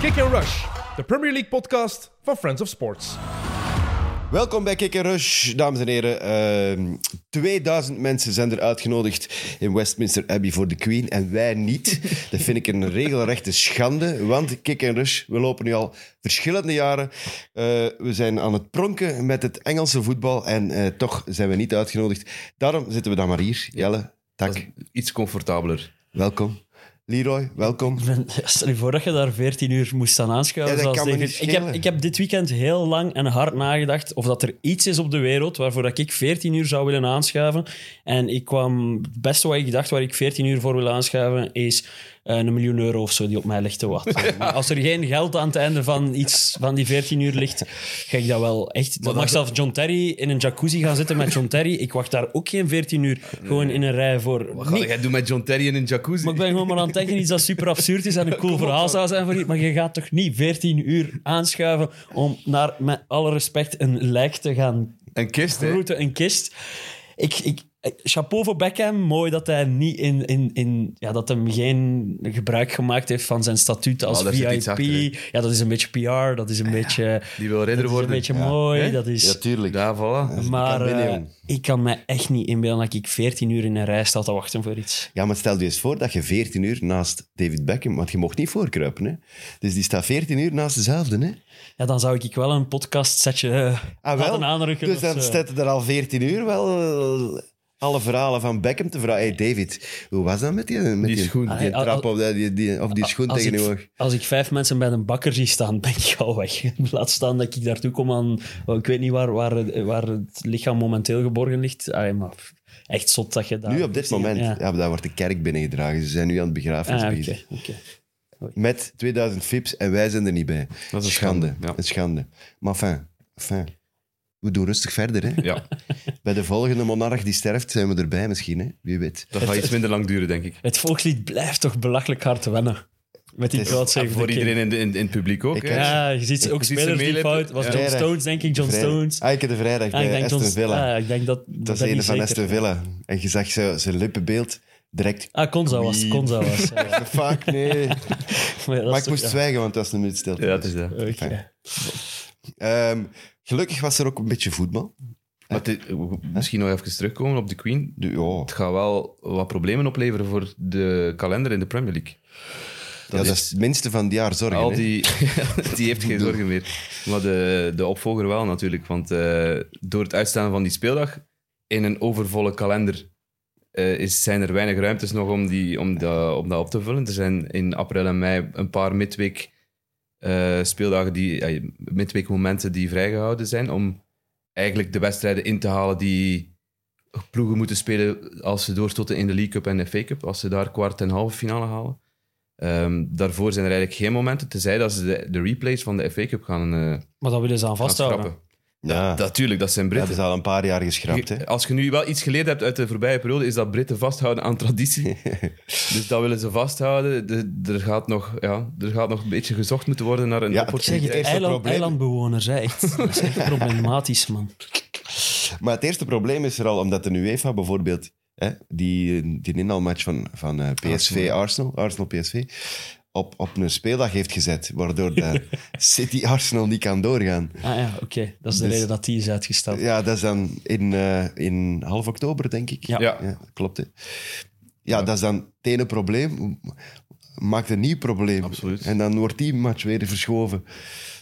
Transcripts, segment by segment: Kick and Rush, de Premier League podcast van Friends of Sports. Welkom bij Kick and Rush, dames en heren. Ehm, 2000 mensen zijn er uitgenodigd in Westminster Abbey voor de Queen en wij niet. Dat vind ik een regelrechte schande, want Kick and Rush, we lopen nu al verschillende jaren. Eh, we zijn aan het pronken met het Engelse voetbal en eh, toch zijn we niet uitgenodigd. Daarom zitten we dan maar hier. Jelle, Dat tak, is iets comfortabeler. welkom. Leroy, welkom. Ben- Stel je voor dat je daar 14 uur moest staan aanschuiven. Ja, dat zoals kan me David. niet ik, schelen. heb, ik heb dit weekend heel lang en hard nagedacht of dat er iets is op de wereld waarvoor dat ik 14 uur zou willen aanschuiven. En ik kwam, het beste wat ik dacht waar ik 14 uur voor wil aanschuiven, is eh, een miljoen euro of zo die op mij ligt te wachten. Maar als er geen geld aan het einde van iets van die 14 uur ligt, ga ik dat wel echt... Dat mag zelfs John Terry in een jacuzzi gaan zitten met John Terry. Ik wacht daar ook geen 14 uur gewoon in een rij voor... Wat ga Niet- jij doen met John Terry in een jacuzzi? maar ik ben gewoon maar aan het denken iets dat super absurd is en een cool verhaal zou zijn voor je. Maar je gaat toch niet 14 uur aanschuiven om naar, met alle respect, een lijk te gaan Een kist, hè? groeten, een kist. Ik, ik, ik- chapeau voor Beckham. Mooi dat hij niet in, in, in ja, dat hem geen gebruik gemaakt heeft van zijn statuut als Oh, daar zit iets VIP. achter, hè? Ah, Ja, dat is een beetje PR, dat is een beetje, Die wil dat redder is een worden. beetje mooi. Hè? Dat is, Ja, tuurlijk. Ja, voilà. maar kan binnen, eh, jong. ik kan me echt niet inbeelden dat ik 14 uur in een rij sta te wachten voor iets. Ja, maar stel je eens voor dat je 14 uur naast David Beckham, want je mocht niet voorkruipen, hè? Dus die staat 14 uur naast dezelfde, hè? Ja, dan zou ik wel een podcast setje eh, Ah, wel? laten aanrukken. eh. Dus of dan zo. staat er al 14 uur wel eh, alle verhalen van Beckham te vragen. Hey David, hoe was dat met die, met Die schoen. die Allee, trap op, dat- die, die, of die schoen als tegen ik, je oog? Als ik vijf mensen bij een bakker zie staan, ben ik al weg. Laat staan dat ik daartoe kom aan... wel, Ik weet niet waar, waar, het- waar het lichaam momenteel geborgen ligt. Allee, maar echt zot dat je daar... Nu op dit moment, ja. Ja, maar daar wordt de kerk binnengedragen. Ze zijn nu aan het begrafenis Ah, oké. bezig. oké. Met 2000 fips en wij zijn er niet bij. Dat is een schande, ja. Een schande. Maar fijn, fijn. We doen rustig verder, hè? Ja, Bij de volgende monarch die sterft zijn we erbij misschien, hè? Wie weet. dat gaat iets minder lang duren, denk ik. Het volkslied blijft toch belachelijk hard wennen. Met die Het is- ah, crowdsave. Voor iedereen in, de, in, in het publiek ook. Ik hè? ken- Ja, je ziet ook Ik zie ze spelers die meelippen. fout... was Ja. John Vrijdag. Stones, denk ik. John Vrijdag. Stones. Ah, ik heb de vrijdag Ah, ik bij denk John- Aston Villa. Ah, ik denk dat... Dat, Dat dat is een van niet zeker- Aston Villa. En je zag zo- zijn lippenbeeld direct. Ah, Conza was. Conza was. ja. Fuck, nee. Maar, dat maar is ik toch- moest ja. zwijgen, want het was een minuut stilte. Ja, dat is dat. Oké. Fijn. Ehm, gelukkig was er ook een beetje voetbal. Maar het is- misschien nog even terugkomen op de Queen. De- ja, Het gaat wel wat problemen opleveren voor de kalender in de Premier League. ja, dat is het minste van het jaar zorgen. Al hè. die, die heeft geen zorgen meer. Maar de, de opvolger wel natuurlijk. Want eh, door het uitstellen van die speeldag in een overvolle kalender eh, is, zijn er weinig ruimtes nog om, die, om, dat, om dat op te vullen. Er zijn in april en mei een paar midweek eh, speeldagen, die, eh, midweekmomenten die vrijgehouden zijn. Om eigenlijk de wedstrijden in te halen die ploegen moeten spelen als ze doorstoten in de League Cup en de FA Cup. Als ze daar kwart en halve finale halen. Ehm, daarvoor zijn er eigenlijk geen momenten, tenzij dat ze de, de replays van de FA Cup gaan, eh, Maar dat willen ze aan gaan vasthouden. schrappen. Ja, dat, Natuurlijk, dat zijn Britten. is al een paar jaar geschrapt. Hè. Je- Als je nu wel iets geleerd hebt uit de voorbije periode, is dat Britten vasthouden aan traditie. dus dat willen ze vasthouden. De- er, gaat nog, ja, er gaat nog een beetje gezocht moeten worden naar een Ja, Ik zeg opportuniteit. het, eerste eiland, probleem. eilandbewoners, hè, echt. Dat is echt problematisch, man. Maar het eerste probleem is er al, omdat de UEFA bijvoorbeeld, hè, die, die inhaalmatch van, van eh, PSV, Arsenal, Arsenal-PSV, op, op een speeldag heeft gezet, waardoor de City-Arsenal niet kan doorgaan. Ah ja, oké. Dat is de Dus- reden dat die is uitgesteld. Ja, dat is dan in, eh, in half oktober, denk ik. Ja. Ja. Ja, klopt. Hè. Ja, dat is dan het ene probleem. Maakt een nieuw probleem. Absoluut. En dan wordt die match weer verschoven.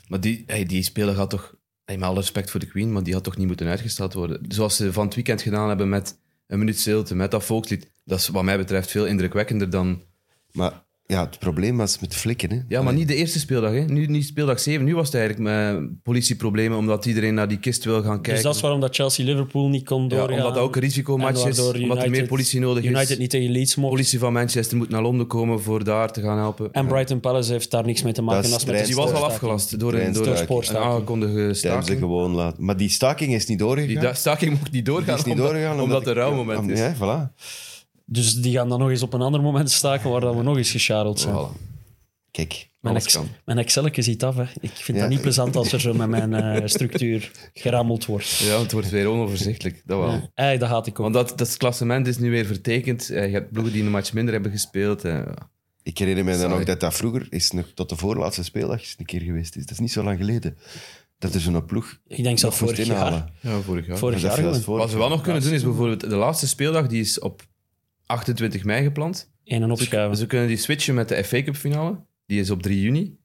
Maar die, hey, die speler gaat toch, hey, met alle respect voor de Queen, maar die had toch niet moeten uitgesteld worden. Zoals ze van het weekend gedaan hebben met een minuut stilte, met dat volkslied. Dat is wat mij betreft veel indrukwekkender dan... Maar ja, het probleem was met flikken. Hè. Ja, maar niet de eerste speeldag. Hè. Nu niet speeldag 7. Nu was het eigenlijk met politieproblemen, omdat iedereen naar die kist wil gaan kijken. Dus dat is waarom dat Chelsea-Liverpool niet kon Ja, doorgaan. omdat dat ook een risicomatch En is, waardoor omdat er meer United- politie nodig is. United niet tegen Leeds mocht. politie van Manchester moet naar Londen komen voor daar te gaan helpen. Dus En Brighton Palace heeft daar niks mee te maken. Dat is Dat is met de trein- die was al spoorstaking. afgelast door een, door Treinstaking. een Spoorstaking. aangekondigde Tijdens de staking. gewoon laten. Maar die staking is niet doorgegaan. Die da- staking mocht niet Die doorgaan, is niet omdat, doorgegaan. omdat, het een rouwmoment om- is. Ja, voilà. Dus die gaan dan nog eens op een ander moment staken waar dat we nog eens gesjareld zijn. Voilà. Kijk, Mijn, alles ex, kan. mijn Excelke ziet af. Hè. Ik vind Ja. dat niet plezant als er zo met mijn eh, structuur gerammeld wordt. Ja, het wordt weer onoverzichtelijk. Dat wel. Eigenlijk, dat haat ik ook. Want dat, dat klassement is nu weer vertekend. Eh, Je hebt ploegen die een match minder hebben gespeeld. eh. Ik herinner me dan Sorry. ook dat dat vroeger is nog tot de voorlaatste speeldag eens een keer geweest is. Dat is niet zo lang geleden. Dat er zo'n ploeg Ik denk zelfs nog moest vorig jaar. inhalen. Ja, vorig jaar. Vorig Dat jaar viel als gewoon. vorig Wat we wel nog kunnen doen is bijvoorbeeld de laatste speeldag, die is op 28 mei gepland. En een opschuiven. Dus we kunnen die switchen met de FA Cup finale. Die is op 3 juni.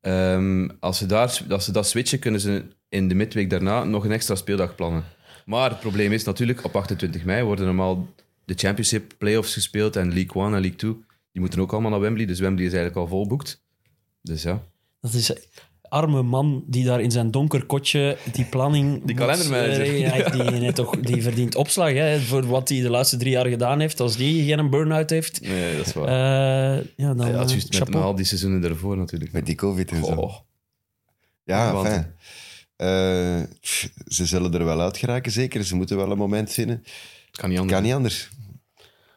Ehm, als, ze daar, als ze dat switchen, kunnen ze in de midweek daarna nog een extra speeldag plannen. Maar het probleem is natuurlijk, op 28 mei worden normaal de Championship playoffs gespeeld en League 1 en League 2. Die moeten ook allemaal naar Wembley, dus Wembley is eigenlijk al volboekt. Dus ja. Dat is een arme man die daar in zijn donker kotje die planning... moet, kalendermanager. eh, ja, die, net toch, die verdient opslag hè, voor wat hij de laatste drie jaar gedaan heeft. Als die geen burn-out heeft, Nee, dat is eh, waar. ja, dan ja, dat is eh, juist met, met chapeau. al die seizoenen daarvoor natuurlijk. Oh, Met die covid en zo. Goh. Ja, Want- fijn. ze zullen er wel uit geraken, zeker. Ze moeten wel een moment vinden. Het kan niet anders. Kan niet anders.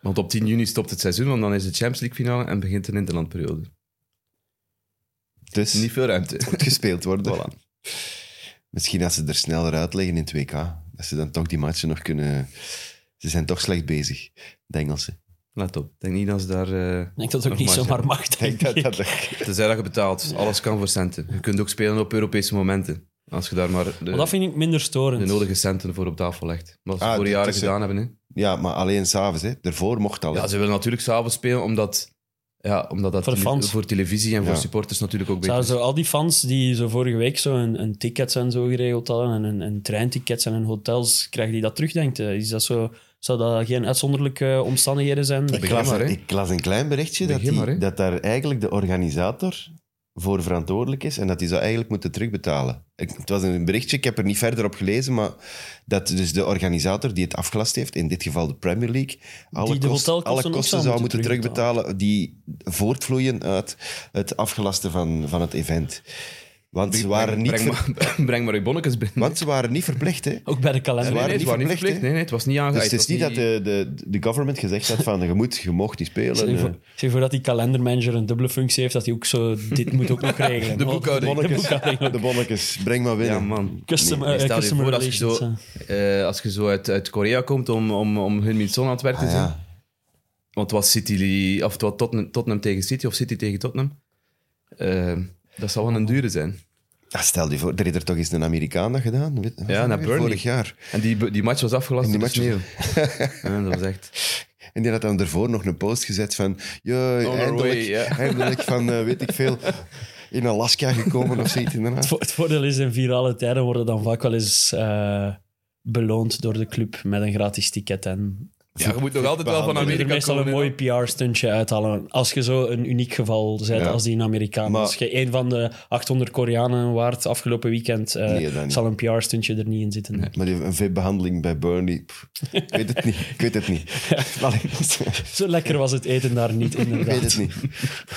Want op 10 juni stopt het seizoen, want dan is de Champions League finale en begint de interlandperiode. Dus Niet veel ruimte. moet gespeeld worden. Voilà. Misschien als ze er sneller uitleggen in 2K. Dat ze dan toch die matchen nog kunnen... Ze zijn toch slecht bezig, de Engelsen. Let op. Ik denk niet dat ze daar... eh, Ik denk dat het ook nog niet maar zomaar zijn. mag, denk Ik ik. denk dat dat... Tenzij dat je betaalt. Alles kan voor centen. Je kunt ook spelen op Europese momenten. Als je daar maar Maar dat de, vind ik minder de storend. nodige centen voor op tafel legt. Wat ze Ah, voor jaren tussen- gedaan hebben. Hè. Ja, maar alleen s'avonds, hè. Daarvoor mocht al. hè. Ja, ze willen natuurlijk s'avonds spelen, omdat... Ja, omdat dat Voor de tele- fans. voor televisie en Ja. voor supporters natuurlijk ook beter Zouden is. zo al die fans die zo vorige week zo een, een tickets en zo geregeld hadden, en een, een treintickets en een hotels, krijgen die dat terugdenkt? eh, Is dat zo, zou dat geen uitzonderlijke omstandigheden zijn? Ik Begin las, maar, hè. ik las een klein berichtje dat, Begin die- maar, hè. dat daar eigenlijk de organisator voor verantwoordelijk is en dat die zou eigenlijk moeten terugbetalen. Ik, het was een berichtje, ik heb er niet verder op gelezen, maar dat dus de organisator die het afgelast heeft, in dit geval de Premier League, alle, Die de kost- hotelkosten alle ook kosten zou zou moeten moeten terugbetalen die voortvloeien uit het afgelasten van, van het event. Want ze waren niet, breng, ver- maar, breng maar uw bonnetjes binnen. want ze waren niet verplicht, hè. Ook bij de kalender. Ze Nee, waren nee, het niet was niet verplicht, hè? verplicht. Nee, nee, het was niet Dus aangezet. het is niet dat de, de, de government gezegd had van je moet, je mocht niet spelen. Zeg je eh. voor, zeg je voor dat die kalendermanager een dubbele functie heeft, dat hij ook zo... Dit moet ook nog regelen. De Oh, boekhouding. De boekhouding ook. De bonnetjes, breng maar binnen. Ja, man. Custom, Nee, eh, stel je customer voor als je relations. zo, eh. eh, als je zo uit, uit Korea komt om, om, om hun Son aan het werk te Ah, zien. ja. Want het was, City, of het was Tottenham, Tottenham tegen City of City tegen Tottenham. Eh, dat zal wel een dure zijn. Ah, stel je voor, er is er toch eens een Amerikaan dat gedaan. Weet, was Ja, dat naar weer? Burnley. Vorig jaar. En die, die match was afgelast En door die de sneeuw. ja, dat was echt... En die had dan daarvoor nog een post gezet van... "Jee, our eindelijk, way, ja." eindelijk van, eh, weet ik veel, in Alaska gekomen of zoiets Het, inderdaad. vo- het voordeel is, in virale tijden worden dan vaak wel eens eh, beloond door de club met een gratis ticket. En Ja, je moet nog altijd wel van behandelen. je er Amerika meestal komen. een mooi PR-stuntje uithalen. Als je zo een uniek geval bent Ja. als die in Amerikaan. Maar- als je een van de 800 Koreanen waard afgelopen weekend, eh, Nee, dat niet. zal een PR-stuntje er niet in zitten. Maar die, een VIP-behandeling bij Burnley, pff, ik weet het niet. Ik weet het niet. Allee, Zo lekker was het eten daar niet, ik weet inderdaad. het niet.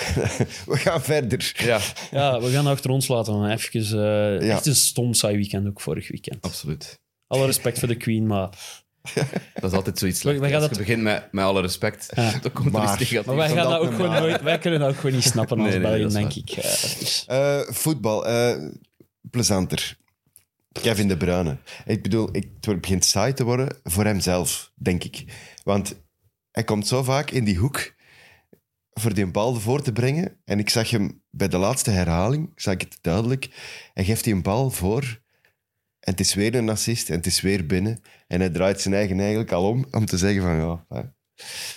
We gaan verder. Ja, Ja, we gaan achter ons laten. maar Even, eh, Ja. Echt een stom saai weekend ook vorig weekend. absoluut. Alle respect voor de Queen, maar, Dat is altijd zoiets slecht. Wij Als gaan je dat- begint met, met alle respect, Ja. dan komt er Maar- iets negatiefs. maar wij, zal gaan dat eh, dat ook me gewoon maar- nooit, wij kunnen dat ook gewoon niet snappen als Nee, nee, België, dat is denk ik. Ja, dus- Eh, voetbal, eh, plezanter. Kevin De Bruyne. Ik bedoel, ik, het wordt- begint saai te worden voor hemzelf, denk ik. Want hij komt zo vaak in die hoek voor die bal voor te brengen. En ik zag hem bij de laatste herhaling, zag ik het duidelijk. Hij geeft die een bal voor. En het is weer een assist en het is weer binnen. En hij draait zijn eigen eigenlijk al om, om te zeggen van ja... hè.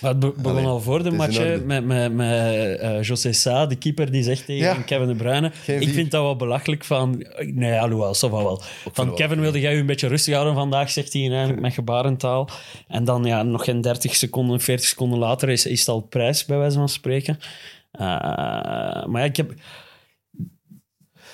Maar het be- begon Allee, al voor de het is match in hè, orde. met, met, met eh, José Sa, de keeper, die zegt tegen Ja. Kevin De Bruyne. Ik vier. vind dat wel belachelijk van... Nee, alhoewel, ça va wel. Van wel. Kevin, wilde jij je een beetje rustig houden vandaag, zegt hij eigenlijk met gebarentaal. En dan ja, nog geen 30 seconden, 40 seconden later is, is het al prijs, bij wijze van spreken. Eh, maar ja, ik heb...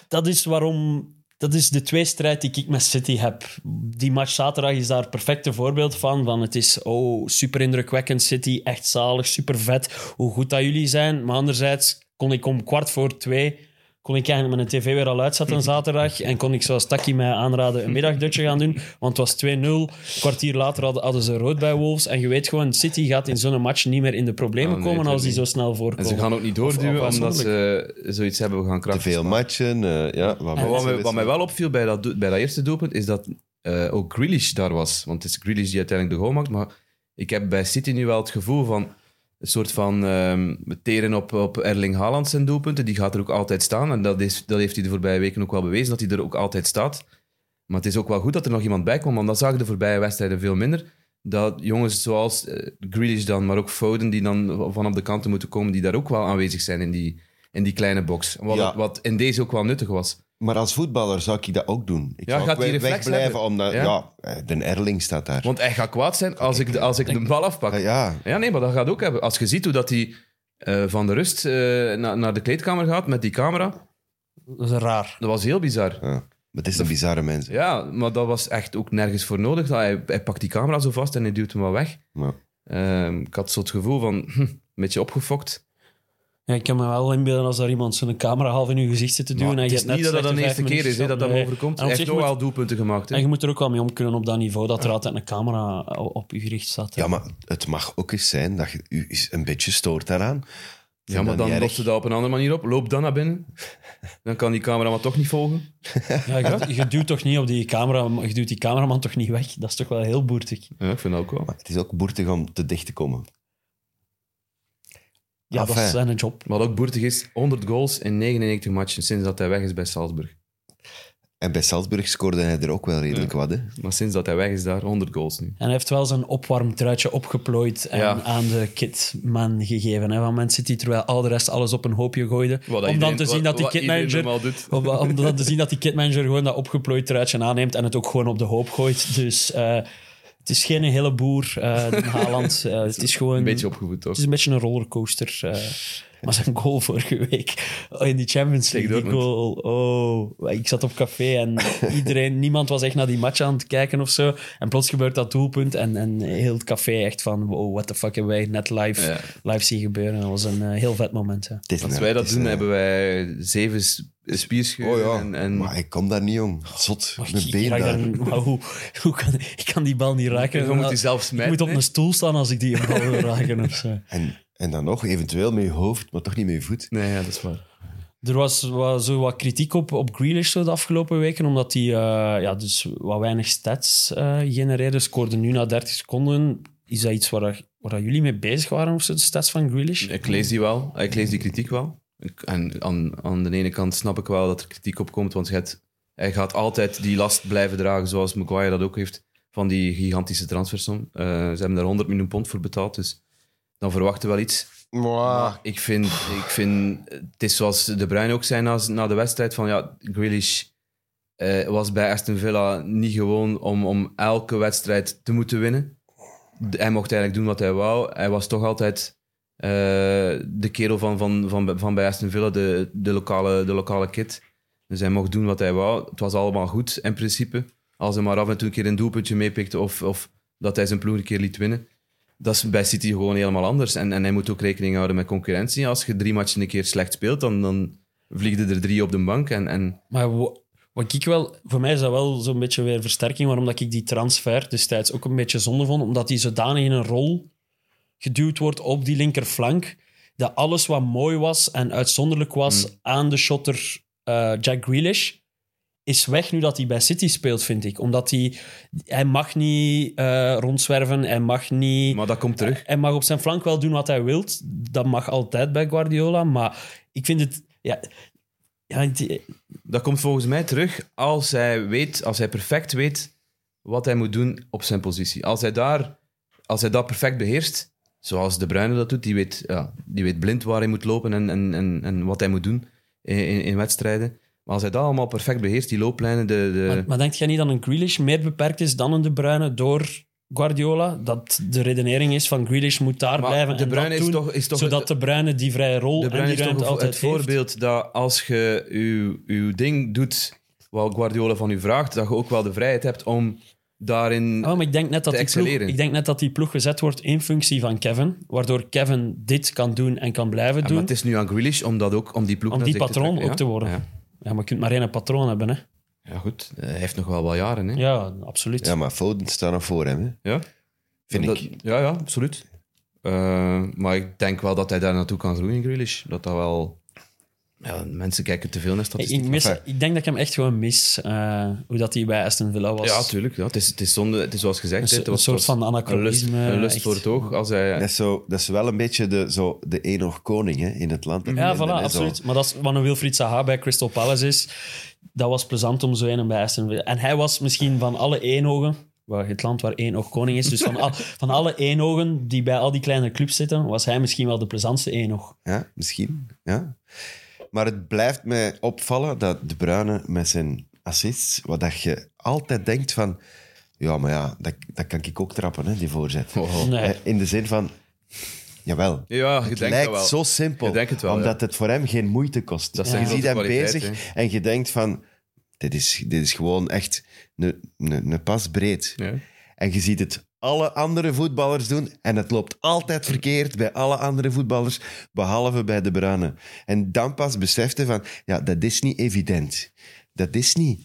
Dat is waarom... Dat is de tweestrijd die ik met City heb. Die match zaterdag is daar het perfecte voorbeeld van. van het is oh, super indrukwekkend City, echt zalig, super vet. Hoe goed dat jullie zijn. Maar anderzijds kon ik om kwart voor twee kon ik eigenlijk mijn tv weer al uitzetten zaterdag en kon ik zoals Taki mij aanraden een middagdutje gaan doen, want het was 2-0. Een kwartier later hadden, hadden ze rood bij Wolves en je weet gewoon, City gaat in zo'n match niet meer in de problemen Oh, nee, komen als die zo tuurlijk snel En voorkomen. ze gaan ook niet doorduwen, Of- of omdat ze zoiets hebben, we gaan Te kracht veel matchen, eh, ja. Wat, Maar wat, mij, wat mij wel opviel bij dat, do- bij dat eerste doelpunt, is dat eh, ook Grealish daar was. Want het is Grealish die uiteindelijk de goal maakt. Maar ik heb bij City nu wel het gevoel van... een soort van ehm teren op, op Erling Haaland zijn doelpunten. Die gaat er ook altijd staan. En dat, is, dat heeft hij de voorbije weken ook wel bewezen, dat hij er ook altijd staat. Maar het is ook wel goed dat er nog iemand bij kwam, want dat zagen de voorbije wedstrijden veel minder. Dat jongens zoals eh, Grealish dan, maar ook Foden, die dan vanaf de kanten moeten komen, die daar ook wel aanwezig zijn in die, in die kleine box. Wat, Ja. wat in deze ook wel nuttig was. Maar als voetballer zou ik dat ook doen. Ik Ja, zou gaat ook die we- reflex wegblijven, hebben? omdat... Ja. Ja. eh, de Erling staat daar. Want hij gaat kwaad zijn als ik, de- als ik de bal afpak. Ah, ja, Ja, nee, maar dat gaat ook hebben. Als je ziet hoe dat hij eh, van de rust eh, na- naar de kleedkamer gaat met die camera, Dat is raar. dat was heel bizar. ja. Maar het is een bizarre mens. hè. Ja, maar dat was echt ook nergens voor nodig. Dat Hij, hij pakt die camera zo vast en hij duwt hem wel weg. Ja. Ehm, ik had zo het gevoel van, hm, een beetje opgefokt. Ja, ik kan me wel inbeelden als daar iemand zo'n camera half in uw gezicht zit te duwen. Maar het en je is hebt net niet dat dat slechte de eerste vijf keer minuten is hè, dat dat gespeeld. hem Nee. overkomt. En Hij op zich heeft nog wel moet- doelpunten gemaakt. hè. En je moet er ook wel mee om kunnen op dat niveau, dat er altijd een camera op je gericht staat. hè. ja, maar het mag ook eens zijn dat je u eens een beetje stoort daaraan. Ja, maar dan lost ze dat op een andere manier op. Loop dan naar binnen. Dan kan die cameraman toch niet volgen. Ja, je, je duwt toch niet op die camera, je duwt die cameraman toch niet weg? Dat is toch wel heel boertig. Ja, ik vind dat ook wel. Maar het is ook boertig om te dicht te komen. Ja, Ah, dat Enfin. is eh, zijn job. Wat ook boertig is, 100 goals in 99 matchen sinds dat hij weg is bij Salzburg. En bij Salzburg scoorde hij er ook wel redelijk wat. Hè? Maar sinds dat hij weg is daar, 100 goals nu. En hij heeft wel zijn opwarmtruitje opgeplooid en Ja. aan de kitman gegeven. Hè, van Man City, terwijl al de rest alles op een hoopje gooide. Wat om dan iedereen- te zien wat- dat die wat kitmanager... iedereen normaal doet. Om, om dan te zien dat die kitmanager gewoon dat opgeplooid truitje aanneemt en het ook gewoon op de hoop gooit. Dus eh, het is geen hele boer, eh die Haaland. Eh, het is gewoon... Een beetje opgevoed, toch? Het is een beetje een rollercoaster. eh. maar zijn goal vorige week oh, in die Champions League, Tegen die goal. Oh, ik zat op café en iedereen, niemand was echt naar die match aan het kijken of zo. En plots gebeurt dat doelpunt en, en heel het café echt van wow, what the fuck hebben wij net live, Ja. live zien gebeuren. Dat was een eh, heel vet moment. Hè. Het is Als een- wij dat het is doen, een- hebben wij zeven s- spierscheuren. Oh ja, en, en maar ik kom daar niet, jong. Zot, Maar mijn ik- ik been raak daar. daar- maar hoe, hoe kan, ik kan die bal niet raken. Ah, Je moet die zelf ik smijten. eh, moet op hè. een stoel staan als ik die bal wil raken of zo. En, en dan nog, eventueel met je hoofd, maar toch niet met je voet. Nee, ja, dat is waar. Er was wel zo wat kritiek op, op Grealish zo de afgelopen weken, omdat hij eh, ja, dus wat weinig stats eh, genereerde. Scoorde nu na 30 seconden. Is dat iets waar, waar dat jullie mee bezig waren, of zo, de stats van Grealish? Ik lees die wel. Ah, Ik lees die kritiek wel. Ik- En aan, aan de ene kant snap ik wel dat er kritiek op komt, want je hebt- hij gaat altijd die last blijven dragen, zoals Maguire dat ook heeft, van die gigantische transfersom. Eh, ze hebben daar 100 miljoen pond voor betaald, dus dan verwachten we wel iets. Maar ik vind, ik vind, het is zoals De Bruyne ook zei na, na de wedstrijd, van ja, Grealish eh, was bij Aston Villa niet gewoon om, om elke wedstrijd te moeten winnen. De- Hij mocht eigenlijk doen wat hij wou. Hij was toch altijd eh, de kerel van, van, van, van bij Aston Villa, de, de, lokale, de lokale kid. Dus hij mocht doen wat hij wou. Het was allemaal goed, in principe. Als hij maar af en toe een keer een doelpuntje meepikte of, of dat hij zijn ploeg een keer liet winnen. Dat is bij City gewoon helemaal anders. En, en hij moet ook rekening houden met concurrentie. Als je drie matchen een keer slecht speelt, dan, dan vliegen er drie op de bank. En, en Maar wa- wat ik wel, voor mij is dat wel zo'n beetje weer versterking waarom dat ik die transfer destijds ook een beetje zonde vond. Omdat hij zodanig in een rol geduwd wordt op die linkerflank. Dat alles wat mooi was en uitzonderlijk was aan de shotter eh, Jack Grealish. Is weg nu dat hij bij City speelt, vind ik. Omdat hij, hij mag niet eh, rondzwerven, hij mag niet maar dat komt terug. hij mag op zijn flank wel doen wat hij wilt. Dat mag altijd bij Guardiola. Maar ik vind het. Ja, ja, het- Dat komt volgens mij terug als hij weet, als hij perfect weet wat hij moet doen op zijn positie. Als hij, daar, als hij dat perfect beheerst, zoals De Bruyne dat doet, die weet, ja, die weet blind waar hij moet lopen en, en, en, en wat hij moet doen in, in, in wedstrijden. Maar als hij dat allemaal perfect beheerst, die looplijnen, de... de Maar, maar denk jij niet dat een Grealish meer beperkt is dan een De Bruyne door Guardiola? Dat de redenering is van Grealish moet daar Maar blijven De en Bruyne dat is doen, toch- is toch- zodat De Bruyne die vrije rol De Bruyne en is toch die ruimte het- altijd het voorbeeld dat als je uw, uw ding doet, wat Guardiola van u vraagt, dat je ook wel de vrijheid hebt om daarin... heeft. Oh, maar ik denk, net dat te die ploeg, excelleren. ik denk net dat die ploeg gezet wordt in functie van Kevin, waardoor Kevin dit kan doen en kan blijven Ja, maar doen, het is nu aan Grealish om, dat ook, om die ploeg om naar die zich te patroon trekken, ook ja? te worden. Ja. Ja. maar je kunt maar één patroon hebben, hè? Ja, goed. Eh, Hij heeft nog wel wat jaren, hè? Ja, absoluut. Ja, maar Foden staat nog voor hem, hè. Ja? vind Dat- ik. Ja, ja, absoluut. Eh, maar ik denk wel dat hij daar naartoe kan groeien, Grealish. Dat dat wel... Ja, mensen kijken te veel naar Ik, statistieken. ik, mis, enfin. ik denk dat ik hem echt gewoon mis. eh, hoe dat hij bij Aston Villa was. Ja, tuurlijk. Ja. Het, is, het is zonde, het is zoals gezegd. Een hè, so- het was- een was soort van anachronisme, Een lust, een lust echt. voor het oog. Als hij, Dat is, zo, dat is wel een beetje de, zo, de enog koning hè, in het land. Ja, En- en voilà, zo- absoluut. Maar dat is wat een Wilfried Zaha bij Crystal Palace is. Dat was plezant om zo een bij Aston Villa. En hij was misschien van alle eenhogen, waar het land waar één oog koning is, dus van, al- van alle eenhogen die bij al die kleine clubs zitten, was hij misschien wel de plezantste eenoog. Ja, misschien. Ja. Maar het blijft mij opvallen dat De Bruyne met zijn assists, wat dat je altijd denkt van... Ja, maar ja, dat, dat kan ik ook trappen, hè, die voorzet. Oh. Nee. Eh, In de zin van... Jawel. Ja, je het denkt lijkt dat wel. zo simpel, Je denkt het wel, omdat het voor hem geen moeite kost. Dat Dat zijn Je grote ziet hem kwaliteiten, bezig en je denkt van... Dit is, dit is gewoon echt een, een, een pas breed. Ja. En je ziet het alle andere voetballers doen. En het loopt altijd verkeerd bij alle andere voetballers, behalve bij de Bruyne. En dan pas besefte van, ja, dat is niet evident. Dat is niet.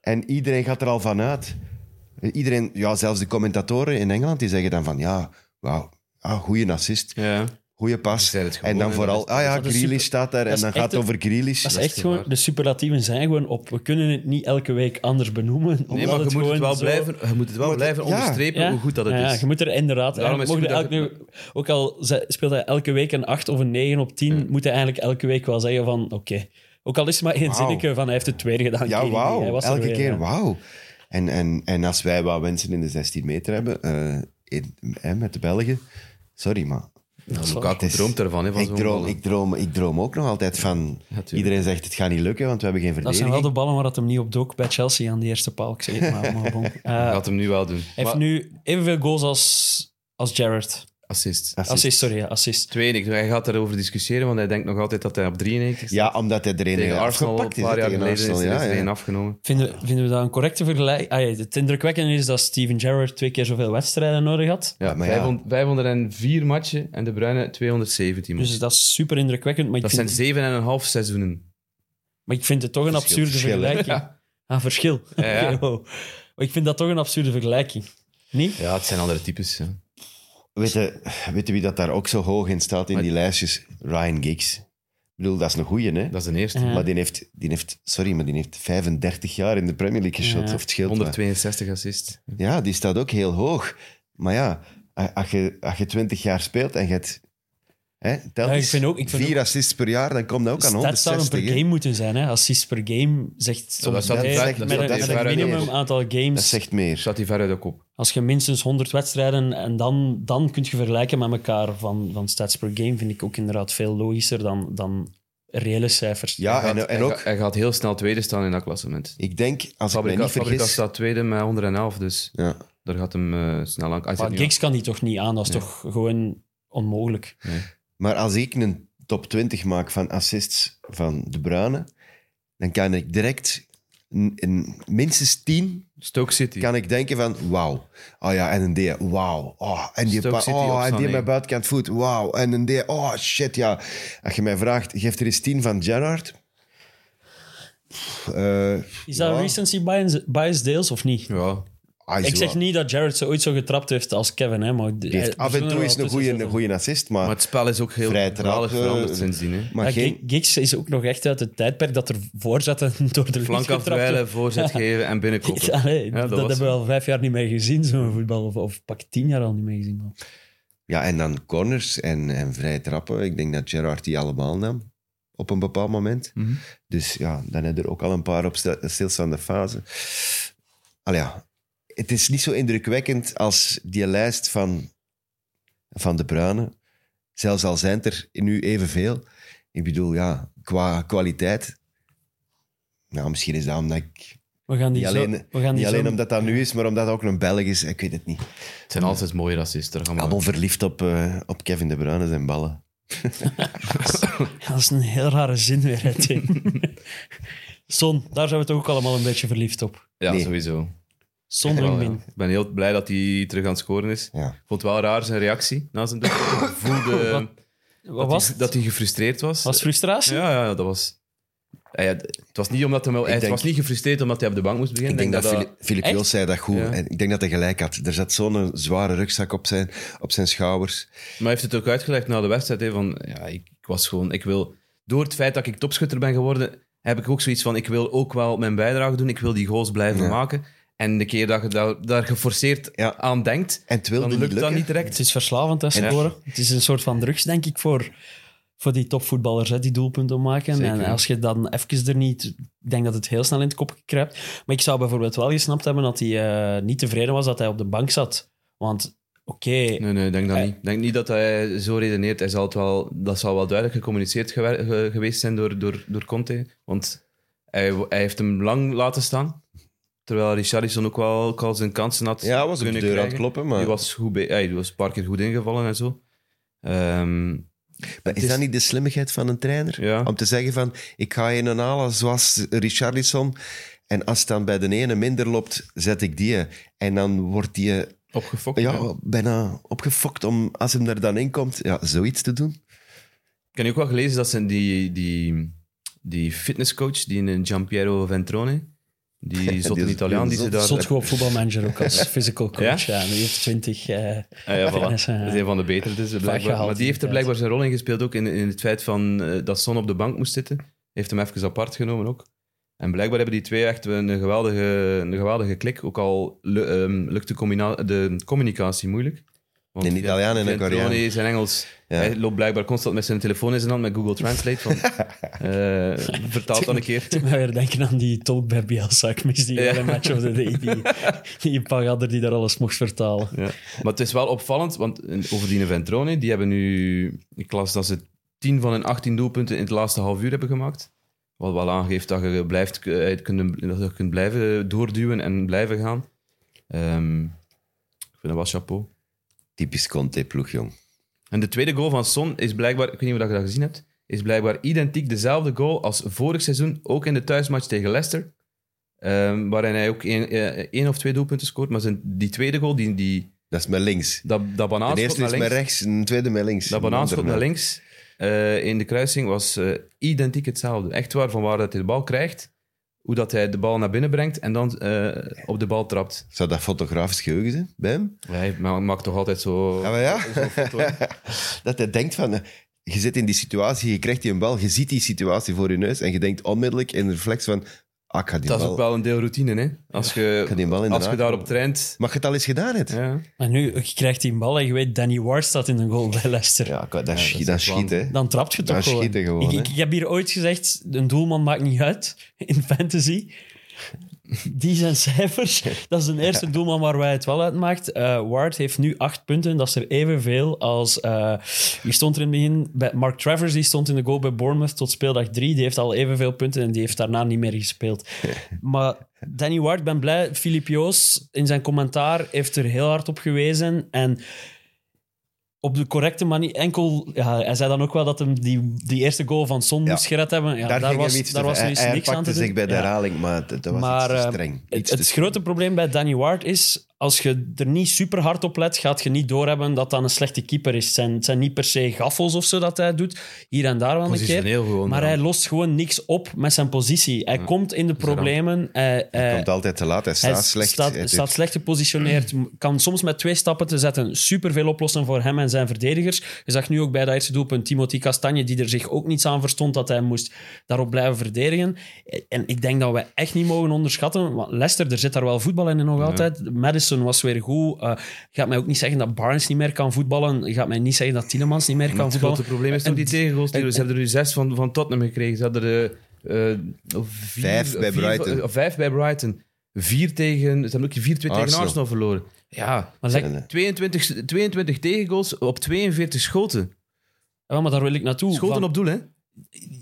En iedereen gaat er al van uit. Iedereen, ja, zelfs de commentatoren in Engeland, die zeggen dan van, ja, wauw, ah, goede assist, Ja. goede pas. Zei het gewoon, en dan hè, vooral, dat is- ah ja, dat is Grealish super- staat daar en is dan echt gaat het een- over Grealish. Dat dat is is echt toch gewoon, waar. de superlatieven zijn gewoon op. We kunnen het niet elke week anders benoemen. Nee, omdat maar je moet, het gewoon wel zo- blijven, je moet het wel Maar- blijven ja. onderstrepen Ja. hoe goed dat het Ja, ja, is. je moet er inderdaad. Daarom is eigenlijk- het mocht goed je elke, ook al ze- speelt hij elke week een 8 of een 9 op 10, moet hij eigenlijk elke week wel zeggen van oké. Ook al is het maar één Wauw. zinnetje van hij heeft het tweede gedaan. Ja, Kerry, hij wauw. was er Elke weer, keer, ja. wauw. En, en, en als wij wat wensen in de 16 meter hebben, eh, in, hè, met de Belgen, sorry, maar... Ja, Het Lukaku is- droomt daarvan. Hè, van ik, zo'n droom, bal. ik, droom, ik droom ook nog altijd van... tuurlijk. iedereen zegt, het gaat niet lukken, want we hebben geen Dat zijn verdediging. wel de ballen waar dat hem niet op dook bij Chelsea aan die eerste paal. Ik zeg het maar. maar bon. Eh, Hij hij gaat hem nu wel doen. heeft Maar- nu evenveel goals als, als Jared. Assist. Assist. Assist, sorry, ja, assist. Twee, ik, hij gaat daarover discussiëren, want hij denkt nog altijd dat hij op 93 staat. Ja, omdat hij er een tegen heeft Arsenal, een afgepakt is, hè, paar jaar tegen geleden is Arsenal, er ja, eens ja. een afgenomen. Vinden, vinden we dat een correcte vergelijking? Ah, ja, het indrukwekkende is dat Steven Gerrard twee keer zoveel wedstrijden nodig had. Ja, maar ja. 500 504 matchen en De Bruyne 217 matchen. Dus dat is super indrukwekkend. Maar ik, Hmm. dat vind, zijn 7,5 seizoenen. maar ik vind het toch een Verschil. absurde Verschil, hè? vergelijking. Ja. Ah, verschil. Ja, ja. Oké, wow. Maar ik vind dat toch een absurde vergelijking. Niet? Ja, het zijn andere types. Ja. Weet je, weet je wie dat daar ook zo hoog in staat in Maar- die lijstjes? Ryan Giggs. Ik bedoel, dat is een goeie, hè? Dat is de eerste. Ja. Maar die heeft, die heeft, sorry, maar die heeft 35 jaar in de Premier League geschot. Ja. Of het scheelt maar. 162 assist. Ja, die staat ook heel hoog. Maar ja, a- als je, als je 20 jaar speelt en je hebt hè, tel Ja, ik eens vind ook- ik vind vier assists per jaar, dan komt dat ook aan Dat zou 160. een per hè. game moeten zijn. Hè? Assist per game zegt soms staat bij, ver- dat met, staat een- met ver een uit minimum meer. aantal Dat games. zegt meer. Staat hij ver uit de kop. Als je minstens 100 wedstrijden en dan, dan kun je vergelijken met elkaar van, van stats per game, vind ik ook inderdaad veel logischer dan, dan reële cijfers. Ja, Hij gaat- Ah, en, en hij ook, gaat- Hij gaat heel snel tweede staan in dat klassement. ik denk, als ik me Fabrica, niet Fabrica vergis... staat tweede met 111, dus Ja. daar gaat hem eh, snel aan. Hij zit Maar nu Giggs kan die toch niet aan, dat is toch gewoon onmogelijk. Maar als ik een top 20 maak van assists van De Bruyne, dan kan ik direct in, in minstens 10 aan- Stoke City. kan ik denken van wauw. Oh ja, en een D. Wauw. Oh, en die, Stoke pa- City op oh, en die Sané. met buitenkant voet. Wauw. En een D. Oh shit, ja. Als je mij vraagt, geef er eens 10 van Gerrard. Pff, eh, Is dat ja. recency bias, bias deels of niet? Ja, Ah, is Ik zeg wel. niet Eh, dat Jared zo ooit zo getrapt heeft als Kevin, hè, maar Die heeft af en toe is een goede, een goede assist, maar, maar het spel is ook heel Vrij trap, verhalig eh, veranderd sindsdien. Hè. maar Ja, geen... Gig- Giggs is ook nog echt uit het tijdperk dat er voorzetten door de lucht Flank getrapt afdwijlen, voorzet geven en binnenkoppen. Ja, nee, Ja, dat was hebben we al vijf jaar niet meer gezien, zo'n voetbal. Of, of pak tien jaar al niet meer gezien. man. Ja, en dan corners en, en vrije trappen. Ik denk dat Gerrard die allemaal nam op een bepaald moment. Mhm. Dus ja, dan heb je er ook al een paar op stil- stilstaande fase. Al ja, het is niet zo indrukwekkend als die lijst van, van de Bruyne. Zelfs al zijn er nu evenveel. Ik bedoel, ja, qua kwaliteit. Nou, misschien is dat omdat ik... We gaan die Niet zo- alleen, we gaan die niet zo- alleen omdat dat nu is, maar omdat dat ook een Belg is. Ik weet het niet. Het zijn altijd mooie racisten. daar gaan we- Allemaal verliefd op, eh, op Kevin De Bruyne zijn ballen. Ja, dat is een heel rare zin weer, hè, Tim. Son, daar zijn we toch ook allemaal een beetje verliefd op. Ja, Nee. sowieso. Son Wel, ja. Heung-min. Ik ben heel blij dat hij terug aan het scoren is. Ja. Ik vond het wel raar zijn reactie na zijn doelpunt. Ik voelde Wat Wat dat, was hij, het? dat hij gefrustreerd was. was frustratie? ja, ja, dat was... Hij had- het was niet, omdat hij, wel- hij denk- was niet gefrustreerd omdat hij op de bank moest beginnen. Ik denk dat, dat- Fili- Filip Echt? Joos zei dat goed. Ja. En ik denk dat hij gelijk had. Er zat zo'n zware rugzak op zijn, op zijn schouders. Maar hij heeft het ook uitgelegd na de wedstrijd. Hè, van, ja, ik, ik was gewoon... Ik wil door het feit dat ik topschutter ben geworden, heb ik ook zoiets van, ik wil ook wel mijn bijdrage doen, ik wil die goals blijven Ja. maken. En de keer dat je daar, daar geforceerd Ja. aan denkt, En het dan wilde niet lukt dat lukken. niet direct. Het is verslavend, hè, scoren. Het is een soort van drugs, denk ik, voor, voor die topvoetballers, hè, die doelpunten maken. Zeker. En als je dan even er niet... Ik denk dat het heel snel in het kopje kruipt. Maar ik zou bijvoorbeeld wel gesnapt hebben dat hij eh, niet tevreden was dat hij op de bank zat. Want, oké... Nee, nee, ik denk dat Eh. niet. Ik denk niet dat hij zo redeneert. Hij zal het wel, dat zal wel duidelijk gecommuniceerd gewer- ge- geweest zijn door, door, door Conte. Want hij, hij heeft hem lang laten staan. Terwijl Richarlison ook wel ook al zijn kansen had Ja, hij was op de kunnen deur aan het krijgen. kloppen, maar... Die was, goed be- ja, die was een paar keer goed ingevallen en zo. Ehm, Maar is is- dat niet de slimmigheid van een trainer? Ja. Om te zeggen van, ik ga je een halen zoals Richarlison. En als het dan bij de ene minder loopt, zet ik die. En dan wordt die opgefokt. ja, ja. bijna opgefokt om, als hem er dan in komt, ja, zoiets te doen. Ik heb ook wel gelezen dat zijn die, die, die fitnesscoach, die in Giampiero Ventrone, die zotte is- Italiaan, die die ze is daar... Zot goed op voetbalmanager ook als physical coach. Ja? die heeft 20. eh, Ah, ja, voilà. Fitness, ja. Dat is een van de betere, dus blijkbaar. gehaald, Maar die heeft er inderdaad. blijkbaar zijn rol in gespeeld ook in, in het feit van, eh, dat Son op de bank moest zitten. Heeft hem even apart genomen ook. En blijkbaar hebben die twee echt een geweldige, een geweldige klik. Ook al lu- ehm, lukt de, combina- de communicatie moeilijk. Want Een ja, Italiaan en een Ventrone Koreaan. is in Engels. Ja. Hij loopt blijkbaar constant met zijn telefoon in zijn hand, met Google Translate. Van, eh, vertaal het dan een keer. Toen maar weer denken aan die tolk bij Bielsa. Ik mis die Ja. hele match of the day. Die, die pagader die daar alles mocht vertalen. Ja. Maar het is wel opvallend, want eh, over die Ventrone, die hebben nu... Ik las dat ze 10 van hun 18 doelpunten in het laatste half uur hebben gemaakt. Wat wel aangeeft dat je, blijft, eh, kunt, dat je kunt blijven doorduwen en blijven gaan. Ehm, ik vind dat wel chapeau. Typisch Conte-ploeg, jong. En de tweede goal van Son is blijkbaar, ik weet niet of dat je dat gezien hebt, is blijkbaar identiek dezelfde goal als vorig seizoen, ook in de thuismatch tegen Leicester. Ehm, waarin hij ook één, eh, één of twee doelpunten scoort. Maar zijn, die tweede goal, die, die, Dat is met links. dat, dat De banaanschot eerste naar is links, met rechts, de tweede met links. dat banaanschot naar links eh, in de kruising was eh, identiek hetzelfde. Echt waar, van waar dat hij de bal krijgt, hoe dat hij de bal naar binnen brengt en dan eh, op de bal trapt. Zou dat fotografisch geheugen zijn bij hem? Hij ma- maakt toch altijd zo... Ja, maar ja. zo'n foto, hè? Dat hij denkt van, eh, je zit in die situatie, je krijgt die een bal, je ziet die situatie voor je neus en je denkt onmiddellijk in reflex van, ah, ik ga die, Dat is bal, ook wel een deel routine, hè. Als ik ga je, die bal in de als je raak daarop traint... Maar je het al eens gedaan hebt. Ja, Ja. Maar nu, je krijgt die bal en je weet, Danny Ward staat in een goal bij Leicester. Ah, ik- dat, schiet, dat is schiet, hè. Dan trapt je toch Dan gewoon. schiet je gewoon, ik, ik, hè. ik heb hier ooit gezegd, een doelman maakt niet uit in fantasy. Die zijn cijfers. Dat is de eerste doelman waar wij het wel uitmaakt. Eh Ward heeft nu acht punten. Dat is er evenveel als... eh wie stond er in het begin? Bij Mark Travers die stond in de goal bij Bournemouth tot speeldag drie. Die heeft al evenveel punten en die heeft daarna niet meer gespeeld. Maar Danny Ward, ben blij. Filip Joos in zijn commentaar heeft er heel hard op gewezen. En op de correcte manier. Enkel, ja, hij zei dan ook wel dat hem die, die eerste goal van Son Ja. moest gered hebben. Ja, daar, ging hem was, iets daar te- was hij- nu eens hij niks aan te pakte doen. zich bij de Ja. herhaling, maar dat, dat was Maar iets te eh, streng. het, Iets te het grote probleem bij Danny Ward is, als je er niet super hard op let, gaat je niet doorhebben dat dat een slechte keeper is. Het zijn, het zijn niet per se gaffels of zo dat hij doet, hier en daar wel een keer. Positioneel gewoon. Maar dan. hij lost gewoon niks op met zijn positie. Hij komt in de problemen. Hij, Hij hij- komt altijd te laat, hij staat eh, hij slecht. staat, Het is- staat slecht gepositioneerd. m- Kan soms met twee stappen te zetten superveel oplossen voor hem en zijn verdedigers. Je zag nu ook bij dat eerste doelpunt Timothy Castagne, die er zich ook niets aan verstond dat hij moest daarop blijven verdedigen. Eh, En ik denk dat we echt niet mogen onderschatten. Want Leicester, er zit daar wel voetbal in nog altijd. Madison was weer goed. Eh, je gaat mij ook niet zeggen dat Barnes niet meer kan voetballen. Je gaat mij niet zeggen dat Tielemans niet meer kan Het voetballen. grote probleem is toch die tegengoals. die- Ze hebben er nu zes van, van Tottenham gekregen. Ze hadden er eh, eh, vier- Vijf bij vier- Brighton. eh, vijf bij Brighton. Vier tegen... Ze hebben ook 4-2 tegen Arsenal. Arsenal verloren. Ja, Maar zeg- 22, 22 tegengoals op 42 schoten. Ja, maar daar wil ik naartoe. Schoten Van- op doel, hè?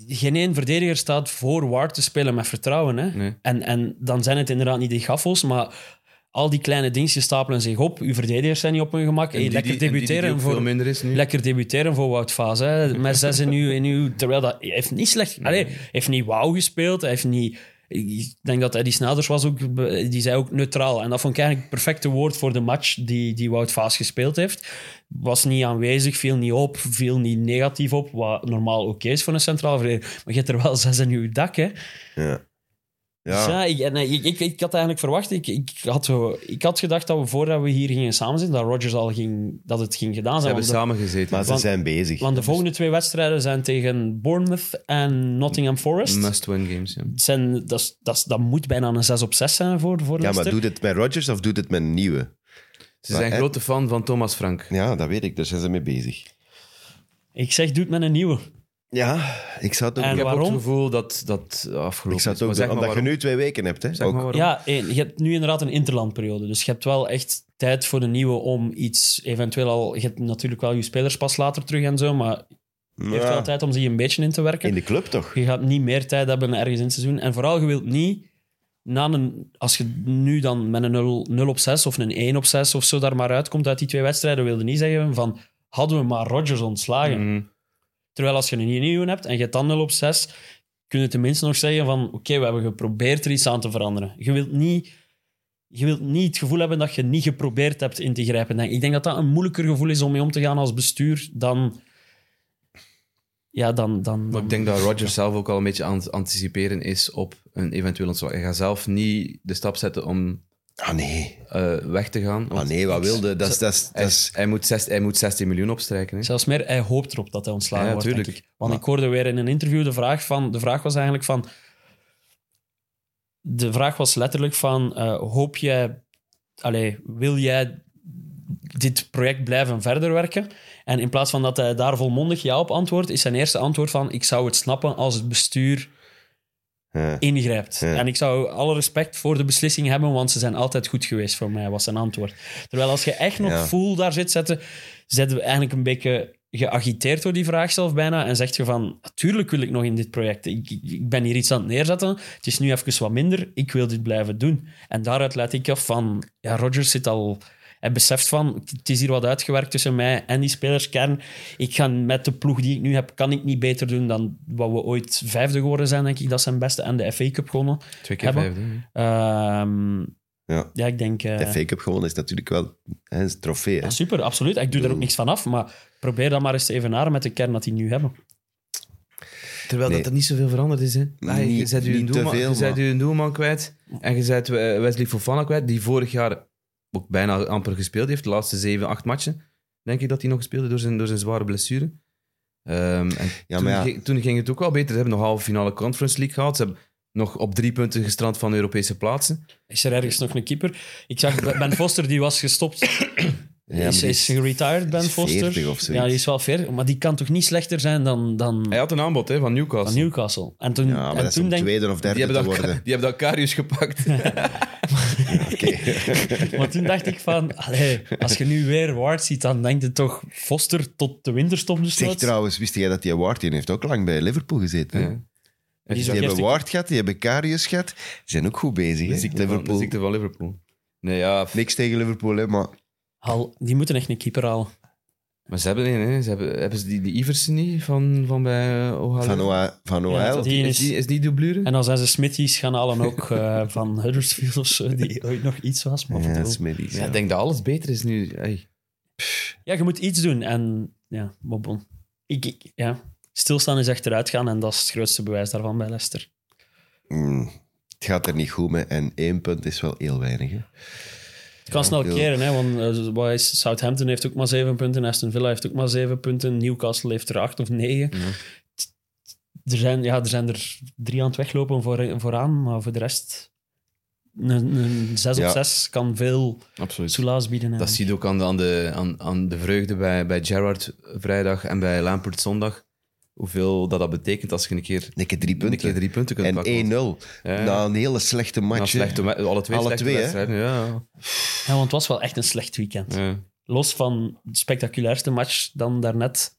geen één verdediger staat voor Ward te spelen met vertrouwen. Hè? Nee. En, en dan zijn het inderdaad niet die gaffels, maar al die kleine dingetjes stapelen zich op. Uw verdedigers zijn niet op hun gemak. Hey, En die- lekker die- en die- die debuteren ook voor... veel minder is nu. Lekker debuteren voor Wout Vaas. Hè? Met zes in uw, in uw... Terwijl dat hij heeft niet slecht... Allee, hij heeft niet wauw gespeeld. Hij heeft niet... Ik denk dat Eddie Snaders was ook... be- Die zei ook neutraal. En dat vond ik eigenlijk het perfecte woord voor de match die, die Wout Vaas gespeeld heeft. Was niet aanwezig, viel niet op, viel niet negatief op. Wat normaal oké is voor een centraal verdediger. Maar je hebt er wel zes in uw dak, hè. Ja. Dus Ja. ja, ik, en, eh, ik, ik, ik had eigenlijk verwacht, ik, ik, had, zo- ik had gedacht dat we voordat we hier gingen samenzitten, dat Rodgers al ging, dat het ging gedaan Ze zijn. hebben Want de, samen gezeten. Maar ze Want- zijn bezig. want de volgende twee wedstrijden zijn tegen Bournemouth en Nottingham Forest. Must-win games, ja. Het zijn, dat, is- dat, is- dat moet bijna een 6 op 6 zijn voor, voor ja, maar Leicester. doet het met Rodgers of doet het met een nieuwe? Ze zijn Maar- grote fan van Thomas Frank. Ja, dat weet ik. Daar zijn ze mee bezig. Ik zeg, doet met een nieuwe. Ja, ik zou het ook En Ik heb ook waarom? het gevoel dat dat afgelopen Ik zou het is. ook Maar doen, zeg maar omdat je waarom. nu twee weken hebt. Hè? Zeg maar Ook. waarom. Ja, één, je hebt nu inderdaad een interlandperiode. Dus je hebt wel echt tijd voor de nieuwe om iets eventueel al... Je hebt natuurlijk wel je spelers pas later terug en zo, maar je hebt Ja. wel tijd om zich een beetje in te werken. In de club toch? Je gaat niet meer tijd hebben ergens in het seizoen. En vooral, je wilt niet... Na een, als je nu dan met een 0, 0 op 6 of een 1 op 6 of zo daar maar uitkomt uit die twee wedstrijden, wilde niet zeggen van hadden we maar Rodgers ontslagen. Mhm. Terwijl als je een nieuwe hebt en je hebt dan 0 op 6, kun je tenminste nog zeggen van oké, we hebben geprobeerd er iets aan te veranderen. Je wilt niet... Je wilt niet het gevoel hebben dat je niet geprobeerd hebt in te grijpen. Ik denk dat dat een moeilijker gevoel is om mee om te gaan als bestuur dan... Ja, dan... dan, Maar ik denk dat Rodgers zelf ook al een beetje aan het anticiperen is op een eventueel ontslag. Hij gaat zelf niet de stap zetten om Ah nee. eh, weg te gaan. want Ah nee, wat wilde? Dat is- dat is- Hij, dat is... hij, moet zes, hij moet 16 miljoen opstrijken. Hè? Zelfs meer, hij hoopt erop dat hij ontslagen Ja, wordt, tuurlijk. denk ik. Want ik hoorde weer in een interview de vraag van... De vraag was eigenlijk van... De vraag was letterlijk van... eh, hoop jij... Allee, wil jij dit project blijven verder werken? En in plaats van dat hij daar volmondig ja op antwoordt, is zijn eerste antwoord van... Ik zou het snappen als het bestuur Ja. ingrijpt. eh, Ja. En ik zou alle respect voor de beslissing hebben, want ze zijn altijd goed geweest voor mij, was zijn antwoord. Terwijl als je echt nog Ja. voel daar zit zetten, zetten we eigenlijk een beetje geagiteerd door die vraag zelf bijna en zegt je van, natuurlijk wil ik nog in dit project. Ik, ik, ik ben hier iets aan het neerzetten. Het is nu even wat minder. Ik wil dit blijven doen. En daaruit leid ik af van, ja, Rogers zit al... Hij beseft van, het is hier wat uitgewerkt tussen mij en die spelerskern. Ik ga met de ploeg die ik nu heb, kan ik niet beter doen dan wat we ooit vijfde geworden zijn, denk ik. Dat is zijn beste. En de FA Cup gewonnen. Twee keer Hebben. vijfde. hè. Ehm, Ja. ja, ik denk... eh, De fake-up gewoon is natuurlijk wel hè, is een trofee. Hè? ja, super, absoluut. Ik doe er ook niks van af, maar probeer dat maar eens te evenaren met de kern dat die nu hebben. Terwijl Nee. dat er niet zoveel veranderd is. Hè? Ah, je- je Niet- zet je, niet een te doelman, veel, je zet maar- je een doelman kwijt. En je zet eh, Wesley Fofana kwijt, die vorig jaar ook bijna amper gespeeld heeft. De laatste zeven, acht matchen, denk ik dat hij nog gespeeld heeft door zijn, door zijn zware blessure. Ehm, en Ja, toen, maar ja. ging, toen ging het ook wel beter. Ze hebben nog halve finale Conference League gehad. Ze hebben nog op drie punten gestrand van Europese plaatsen. Hm. Is er ergens nog een keeper? Ik zag Ben Foster, die was gestopt. Ja, is, maar die is geretired, Ben is Foster. 40 of zoiets. ja, die is wel 40, maar die kan toch niet slechter zijn dan, dan, Hij had een aanbod hè, van Newcastle. dan Newcastle? En toen, Ja, maar en dat is toen om denk tweede of die, derde hebben te dat, worden. die hebben dat Karius gepakt. Maar toen dacht ik van, allee, als je nu weer Ward ziet, dan denkt het toch Foster tot de winterstop dus Zeg besloot. trouwens, wist jij dat die Ward, die heeft ook lang bij Liverpool gezeten. hè? Ja. Die is Die ook hebben eerst- Ward gehad, die hebben Karius gehad. Die zijn ook goed bezig, De hè? ziekte, van, de Liverpool. ziekte van Liverpool. Nee, ja. f- Niks tegen Liverpool, hè, maar... Hal, die moeten echt een keeper halen. Maar ze hebben een, hè. Ze hebben, hebben ze die, die Iversen niet van, van bij eh, OHL? Van, OA, van OL. Ja, dat die Is is, die, is die dublure? en dan zijn ze Smithies gaan halen ook eh, van Huddersfield of zo, die ooit nog iets was. Maar Ja, vertel. Smithies, Ja, ja. ik denk dat alles beter is nu. Hey. Ja, je moet iets doen. En ja, maar bon. Ik, ik, ja. Stilstaan is achteruit gaan en dat is het grootste bewijs daarvan bij Leicester. Mm, Het gaat er niet goed mee en één punt is wel heel weinig. Hè? Het kan snel heel- keren, hè, want eh, wat is- Southampton heeft ook maar zeven punten, Aston Villa heeft ook maar zeven punten, Newcastle heeft er acht of negen. Ja. Er, zijn, ja, er zijn er drie aan het weglopen voor, eh, vooraan, maar voor de rest... Een, een zes op Ja. zes kan veel Absoluut. soelaas bieden. Dat eigenlijk. zie je ook aan de, aan de, aan, aan de vreugde bij, bij Gerrard vrijdag en bij Lampert zondag. Hoeveel dat, dat betekent als je een keer, Een keer drie een punten. keer drie punten kunt pakken. en 1-0. Ja. Na een hele slechte Na match. hè. slechte we- alle twee Alle slechte twee, hè? wedstrijden. Ja, Ja, want het was wel echt een slecht weekend. ja. los van de spectaculairste match dan daarnet.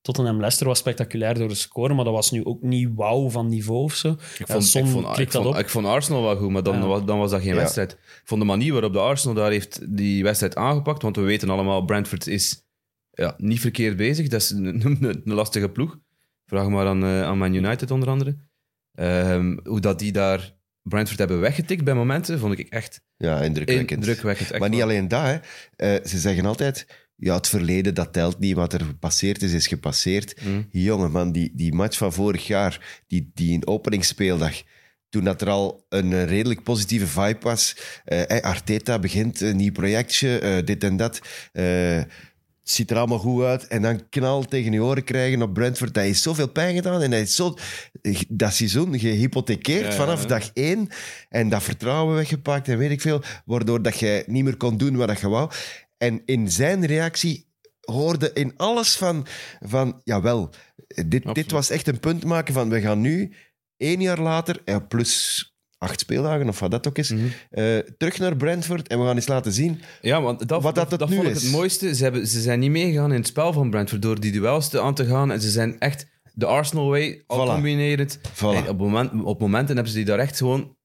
Tottenham-Leicester was spectaculair door de score, maar dat was nu ook niet wauw van niveau of zo. Ik vond, Son ik, vond, ik, klikt dat vond, op. ik vond Arsenal wel goed, maar dan, Ja. was, dan was dat geen Ja. wedstrijd. Ik vond de manier waarop de Arsenal daar heeft die wedstrijd aangepakt, want we weten allemaal, Brentford is ja, niet verkeerd bezig. Dat is een, een- een lastige ploeg. Vraag maar aan, eh, aan Man United onder andere. Ehm, hoe dat die daar Brentford hebben weggetikt bij momenten, vond ik echt Ja, indrukwekkend. indrukwekkend. Echt maar niet waar. alleen dat. Hè. Eh, ze zeggen altijd, ja, het verleden dat telt niet. Wat er gepasseerd is, is gepasseerd. Mm. Jongen, man, die, die match van vorig jaar, die, die in openingsspeeldag, toen dat er al een eh, redelijk positieve vibe was. Eh, hey, Arteta begint een nieuw projectje, eh, dit en dat. Eh, het ziet er allemaal goed uit. En dan knal tegen je oren krijgen op Brentford. Dat heeft zoveel pijn gedaan. En hij is zo, dat seizoen gehypothekeerd Ja, ja, vanaf ja. dag één. En dat vertrouwen weggepakt en weet ik veel. Waardoor dat je niet meer kon doen wat dat je wou. En in zijn reactie hoorde in alles van, van jawel, dit, dit Absoluut. was echt een punt maken van we gaan nu één jaar later, eh, plus acht speeldagen of wat dat ook is, Mhm. eh, terug naar Brentford en we gaan eens laten zien. Ja, want dat, Wat dat tot dat, dat nu vond ik is. het mooiste. Ze, hebben, ze zijn niet meegegaan in het spel van Brentford door die duels te aan te gaan. En ze zijn echt de Arsenal way, al Voilà. combinerend. Voilà. En op, moment, op momenten hebben ze die daar echt gewoon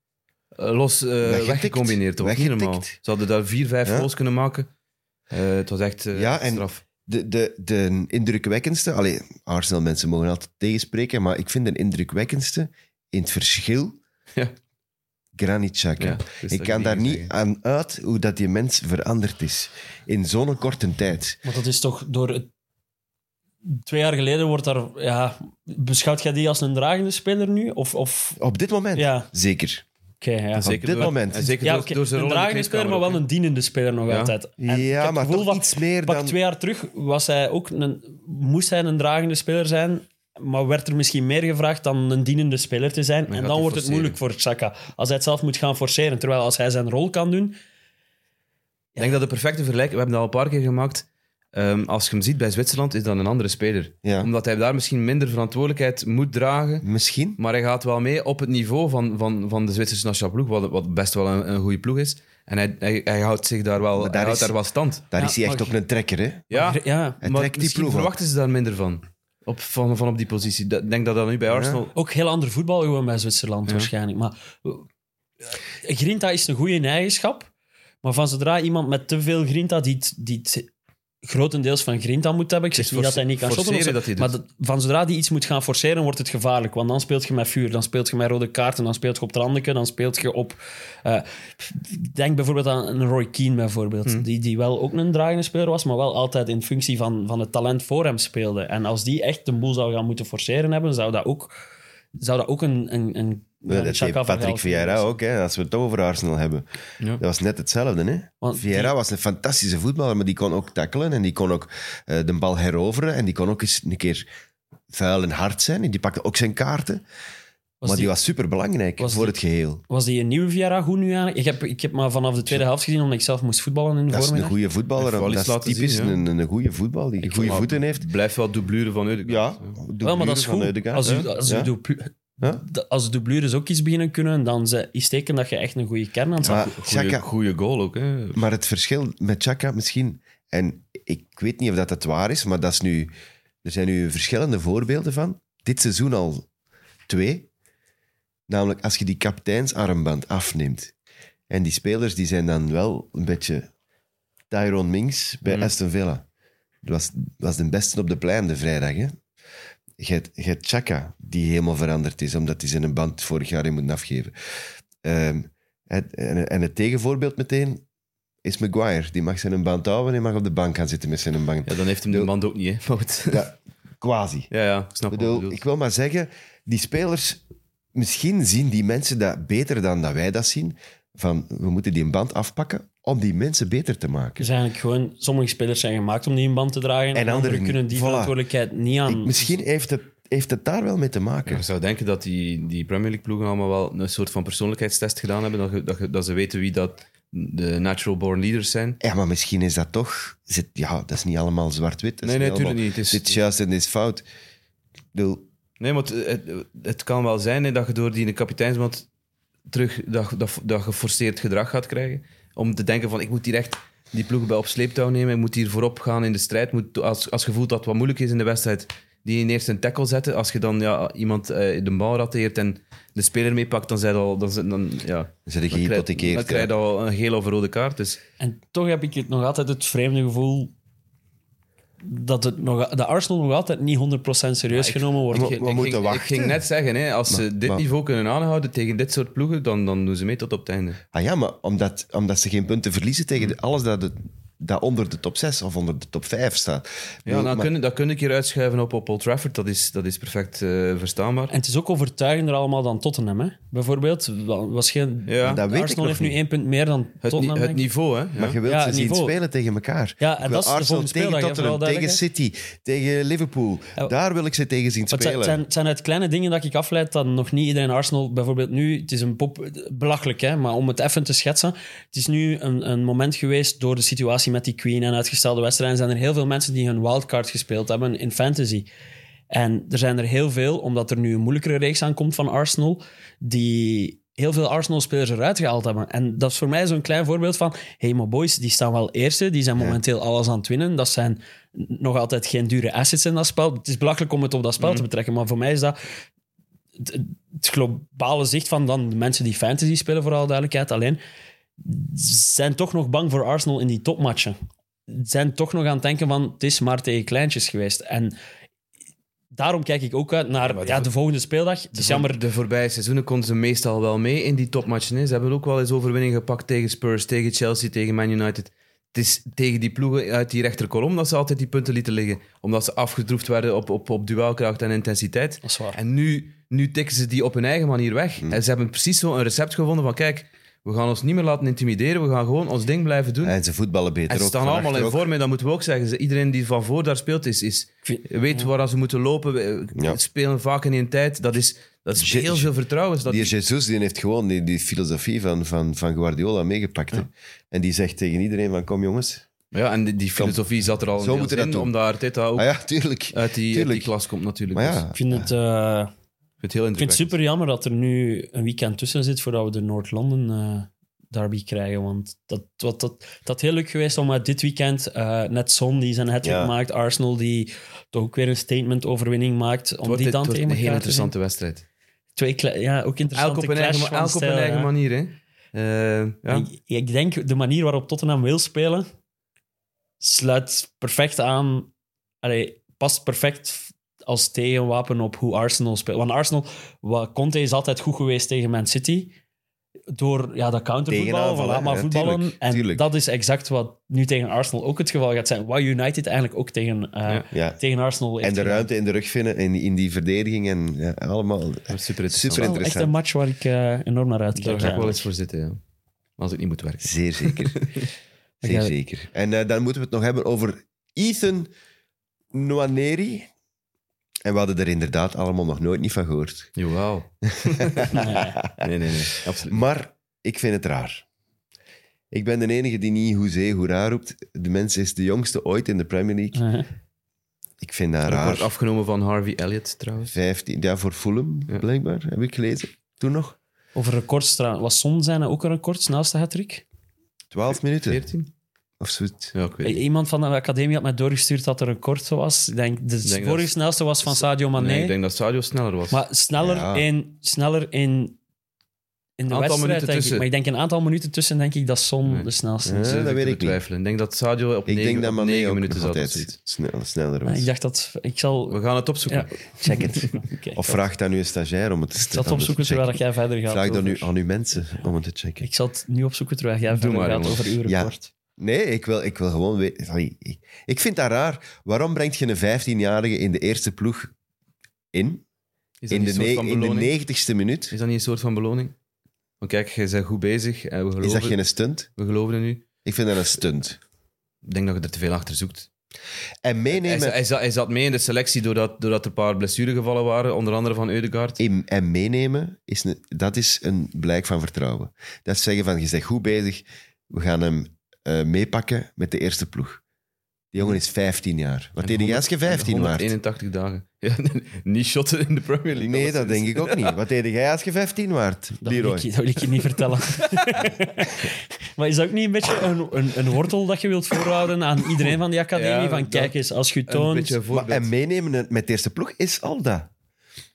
eh, los eh weggecombineerd. Dat was niet Weggetikt. normaal. Ze hadden daar vier, vijf Ja. goals kunnen maken. Eh, het was echt eh, Ja, en- straf. De, de, de indrukwekkendste, allee, Arsenal-mensen mogen altijd tegenspreken, maar ik vind de indrukwekkendste in het verschil Ja. Granit Xhaka. Ja, dus dat ik kan je daar niet zeggen. aan uit hoe dat die mens veranderd is in zo'n korte tijd. Want dat is toch door... het- Twee jaar geleden wordt daar... Ja, beschouwt jij die als een dragende speler nu? Of... of Op dit moment, Ja. zeker. Oké, ja. Op dit door- moment. en zeker ja, door, oké, door zijn een rol in de dragende speler, maar kleedkamer wel ook, een dienende speler nog Ja. altijd. En ik heb Ja, het maar gevoel toch van- iets meer Pak dan... twee jaar terug was hij ook een, moest hij een dragende speler zijn, maar werd er misschien meer gevraagd dan een dienende speler te zijn. Dan en gaat dan hij wordt het forceren. moeilijk voor Chaka als hij het zelf moet gaan forceren. Terwijl als hij zijn rol kan doen, hè. Ik denk dat de perfecte vergelijking, we hebben dat al een paar keer gemaakt. Ehm, als je hem ziet bij Zwitserland, is dat een andere speler. Ja. Omdat hij daar misschien minder verantwoordelijkheid moet dragen. Misschien. Maar hij gaat wel mee op het niveau van, van, van de Zwitserse nationale ploeg, wat, wat best wel een, een goede ploeg is. En hij, hij, hij houdt zich daar wel, Maar daar hij houdt is- daar wel stand. Daar Ja, is hij echt maar- ook een trekker, hè? Ja, ja. Hij maar trekt die misschien ploeg ook. verwachten ze daar minder van. Op, van, van op die positie. Dat- Ik denk dat dat nu bij Arsenal... Ook heel ander voetbal gewoon bij Zwitserland waarschijnlijk. Maar eh, grinta is een goede eigenschap. Maar van zodra iemand met te veel grinta, die het, die het grotendeels van grinta moet hebben, ik zeg Het niet dat hij force- niet kan shotten, of zo, forceren dat hij maar doet. dat- van zodra die iets moet gaan forceren, wordt het gevaarlijk. Want dan speelt je met vuur, dan speelt je met rode kaarten, dan speelt je op Trandeke, dan speelt je op... eh, ik denk bijvoorbeeld aan een Roy Keane, bijvoorbeeld, Hmm. die, die wel ook een dragende speler was, maar wel altijd in functie van, van het talent voor hem speelde. En als die echt de boel zou gaan moeten forceren hebben, zou dat ook zou dat ook een... een, een Ja, een dat Chaka heeft van Patrick Gaal Vieira zijn. ook, hè, als we het over Arsenal hebben. Ja. Dat was net hetzelfde. Hè? Want Vieira die- was een fantastische voetballer, maar die kon ook tackelen en die kon ook eh, de bal heroveren en die kon ook eens een keer vuil en hard zijn. En die pakte ook zijn kaarten, Was maar die, die, was superbelangrijk was voor die- het geheel. was die een nieuwe Vieira goed nu eigenlijk? Ik heb, ik heb maar vanaf de tweede helft gezien, omdat ik zelf moest voetballen in de Dat is een voormiddag. goede voetballer. Hij heeft Dat is wel iets laten typisch zien, ja. een, een goede voetbal, die goede Maar voeten heeft. Blijft wel dublure van Eudegaard. Ja, Wel, maar dat is van goed. Ødegaard, Als hè. u, als, u Ja. dublu- Ja. dat- als de dublures ook iets beginnen kunnen, dan ze- is teken dat je echt een goede kern aan het Maar hebben Xhaka- Goede goal ook, hè. Maar het verschil met Chaka misschien, en ik weet niet of dat het waar is, maar dat is nu, er zijn nu verschillende voorbeelden van. Dit seizoen al twee. Namelijk als je die kapiteinsarmband afneemt. En die spelers die zijn dan wel een beetje Tyrone Mings bij Mm. Aston Villa. Dat was, was de beste op de plein de vrijdag. Hè? Je hebt- je hebt Chaka, die helemaal veranderd is, omdat hij zijn band vorig jaar in moet afgeven. Ehm, het- en, en het tegenvoorbeeld meteen is Maguire. Die mag zijn band houden en hij mag op de bank gaan zitten met zijn band. Ja, dan heeft hem de band ook niet, hè. Maar goed. Ja, quasi. Ja, ja, ik snap Ik wat je bedoel, bedoelt. ik wil maar zeggen, die spelers, misschien zien die mensen dat beter dan dat wij dat zien. Van, we moeten die een band afpakken om die mensen beter te maken. is eigenlijk gewoon... Sommige spelers zijn gemaakt om die in band te dragen, en, anderen anderen kunnen niet. die Voilà. verantwoordelijkheid niet Ik, aan. misschien heeft het, heeft het daar wel mee te maken. Je zou denken dat die, die Premier League ploegen allemaal wel een soort van persoonlijkheidstest gedaan hebben. Dat, je- dat, je- dat ze weten wie dat de natural born leaders zijn. Ja, maar misschien is dat toch... Zit, ja, dat is niet allemaal zwart-wit. dat is Nee, nee, allemaal- tuurlijk niet. Het is- Dit is juist en dit is fout. Ik bedoel, Nee, want eh, het, het kan wel zijn hè, dat je door die kapiteinsband terug dat, dat, dat geforceerd gedrag gaat krijgen. Om te denken van, ik moet hier echt die ploeg bij op sleeptouw nemen. Ik moet hier voorop gaan in de strijd. Moet, als, als je voelt dat het wat moeilijk is in de wedstrijd, die in eerst een tackle zetten. Als je dan ja, iemand eh, de bal rateert en de speler meepakt, dan zijn al... Dan, zijn- dan, ja, dan zit je dan krijg- dan gehypothekeerd. krijg je ja. al een geel of een rode kaart. Dus... En toch heb ik het nog altijd het vreemde gevoel dat, het nog, dat Arsenal nog altijd niet 100% serieus genomen wordt. Maar- we moeten ging, wachten. Ik ging net zeggen, hè, als ze dit maar- niveau kunnen aanhouden tegen dit soort ploegen, dan, dan doen ze mee tot op het einde. Ah ja, maar omdat, omdat ze geen punten verliezen tegen de- alles dat het dat onder de top 6 of onder de top 5 staat. Ik Ja, bedoel, nou, maar- kun, dat kun ik hier uitschuiven op, op Old Trafford. Dat is, dat is perfect eh, verstaanbaar. En het is ook overtuigender allemaal dan Tottenham, hè? Bijvoorbeeld, wa- was geen... Ja, dat weet ik Arsenal nog heeft nu niet. één punt meer dan het, ni- Tottenham. het denk ik. niveau, hè? Maar Ja. je wilt Ja, ze zien niveau. spelen tegen elkaar. Ja, Ik en wil dat is de Arsenal volgende tegen speeldag, hè, Tottenham, vooral tegen City, tegen Liverpool. Ja. Daar wil ik ze tegen zien Maar het, zijn, spelen. het zijn- het zijn uit kleine dingen dat ik afleid dat nog niet iedereen Arsenal bijvoorbeeld nu. Het is een pop, belachelijk, hè, maar om het even te schetsen. Het is nu een, een moment geweest door de situatie met die Queen en uitgestelde wedstrijden. Zijn er heel veel mensen die hun wildcard gespeeld hebben in fantasy. En er zijn er heel veel, omdat er nu een moeilijkere reeks aankomt van Arsenal, die heel veel Arsenal-spelers eruit gehaald hebben. En dat is voor mij zo'n klein voorbeeld van... hey, maar boys, die staan wel eerste. Die zijn momenteel alles aan het winnen. Dat zijn nog altijd geen dure assets in dat spel. Het is belachelijk om het op dat spel te betrekken, maar voor mij is dat... Het, het globale zicht van dan de mensen die fantasy spelen, voor alle duidelijkheid. Alleen, zijn toch nog bang voor Arsenal in die topmatchen. Zijn toch nog aan het denken van... Het is maar tegen kleintjes geweest. En... Daarom kijk ik ook uit naar ja, de volgende speeldag. Het is jammer, De voorbije seizoenen konden ze meestal wel mee in die topmatchen. Hè. Ze hebben ook wel eens overwinning gepakt tegen Spurs, tegen Chelsea, tegen Man United. Het is tegen die ploegen uit die rechterkolom dat ze altijd die punten lieten liggen. Omdat ze afgedroefd werden op, op, op duelkracht en intensiteit. Dat is waar. En nu, nu tikken ze die op hun eigen manier weg. Mm. En ze hebben precies zo'n recept gevonden van kijk, we gaan ons niet meer laten intimideren. We gaan gewoon ons ding blijven doen. En ze voetballen beter En ze ook, staan van allemaal in achter ook. vorm, en dat moeten we ook zeggen. Ze- Iedereen die van voor daar speelt, is, is, vind- weet waar ze moeten lopen. We- Ja. Spelen vaak in één tijd. Dat is, dat is Je- heel veel vertrouwen. Dat Die Jesus die heeft gewoon die, die filosofie van, van, van Guardiola meegepakt. hè. En die zegt tegen iedereen van, kom jongens. ja, en die, die filosofie zat er al Zo een moeten heel dat in, doen. omdat Arteta ook Ah ja, tuurlijk. uit, die, uit tuurlijk. die klas komt natuurlijk. Maar Dus ja, ik vind het... eh, ik vind het heel Ik vind het interessant. super jammer dat er nu een weekend tussen zit voordat we de Noord-Londen eh, derby krijgen. Want dat, wat, dat, dat is heel leuk geweest om uit dit weekend eh, net Son die zijn hat Ja. maakt, Arsenal die toch ook weer een statement overwinning maakt, om die dan het wordt te een elkaar heel te interessante wedstrijd. zien. Twee kle- ja, ook Elk interessante op een eigen, clash van elk op stijl, een eigen ja. manier. Hè. Eh, ja. Ik, ik denk de manier waarop Tottenham wil spelen sluit perfect aan. Allee, past perfect als tegenwapen op hoe Arsenal speelt. Want Arsenal, wat, Conte is altijd goed geweest tegen Man City. Door ja, dat Tegenaanval, countervoetbal, van laat hè? maar Ja, voetballen. tuurlijk, en tuurlijk. dat is exact wat nu tegen Arsenal ook het geval gaat zijn. Wat United eigenlijk ook tegen, eh, Ja. ja. tegen Arsenal heeft En de gedaan. ruimte in de rug vinden en in die verdediging. En ja, allemaal Dat is super interessant. super Wel echt een interessant. match waar ik eh, enorm naar Daar uitkijk. ga ik wel eigenlijk. eens voor zitten, ja. als ik niet moet werken. Zeer zeker. Zeer Ja. zeker. En eh, dan moeten we het nog hebben over Ethan Nwaneri. En we hadden er inderdaad allemaal nog nooit niet van gehoord. Jawel. Nee. Nee, nee, nee. Absoluut. Maar ik vind het raar. Ik ben de enige die niet hoezee hoera roept. De mens is de jongste ooit in de Premier League. Eh, Ik vind dat Record raar. afgenomen van Harvey Elliott trouwens. 15, ja, voor Fulham, Ja. blijkbaar, heb ik gelezen. Toen nog? Over records trouwens. Was Son zijn ook een record, snelste hat-trick? 12 minuten 14? of zoiets. Ja, ik weet I- Iemand van de academie had mij doorgestuurd dat er een korte was. Ik denk, de denk vorige dat- snelste was van Sadio Mané. Nee, ik denk dat Sadio sneller was. Eh, Maar sneller, Ja. in, sneller in, in de Aantal minuten wedstrijd, denk ik. tussen. Maar ik denk een aantal minuten tussen, denk ik, dat Son Nee. de snelste Ja, is. Zit dat te weet ik niet. betwijfelen. Ik denk dat Sadio op Ik denk dat Mané 9 ook minuten nog zat. of altijd zoiets. snel, sneller Maar was. Ik dacht dat... Ik zal... We gaan het opzoeken. Ja, check het. Oké, Of ik zal- vraag dan uw stagiair om het te Ik zal om het het te opzoeken terwijl checken. jij verder gaat. Vraag dan over- nu aan uw mensen om het te checken. Ik zal het nu opzoeken terwijl jij verder maar, gaat jongen. over uw Ja. record. Nee, ik wil, ik wil gewoon weten. sorry, ik- Ik vind dat raar. Waarom brengt je een 15-jarige in de eerste ploeg in? Is dat In niet de, een soort ne- van in de beloning? 90ste minuut? Is dat niet een soort van beloning? Want kijk, je bent goed bezig. En we, Is geloven, dat geen stunt? we geloven in u. Ik vind dat een stunt. Ik denk dat je er te veel achter zoekt. En hij, meenemen, za- hij, za- hij zat mee in de selectie doordat, doordat er een paar blessuregevallen waren. Onder andere van Eudegaard. in- en meenemen is een, dat is een blijk van vertrouwen. Dat is zeggen van, je bent goed bezig, we gaan hem eh, meepakken met de eerste ploeg. Die jongen is 15 jaar. Wat En deed hij als je 100 15 waard? 181 dagen. Ja, niet shotten in de Premier League. Nee, dat denk ik ook niet. Wat deed jij als je 15 waard, Dat wil, Leroy? ik, je- dat wil ik je niet vertellen. maar is dat ook niet een beetje een, een, een wortel dat je wilt voorhouden aan iedereen van die academie? Ja, van dat- kijk eens, als je het Een toont... beetje een Maar, voorbeeld. en meenemen met de eerste ploeg is al dat.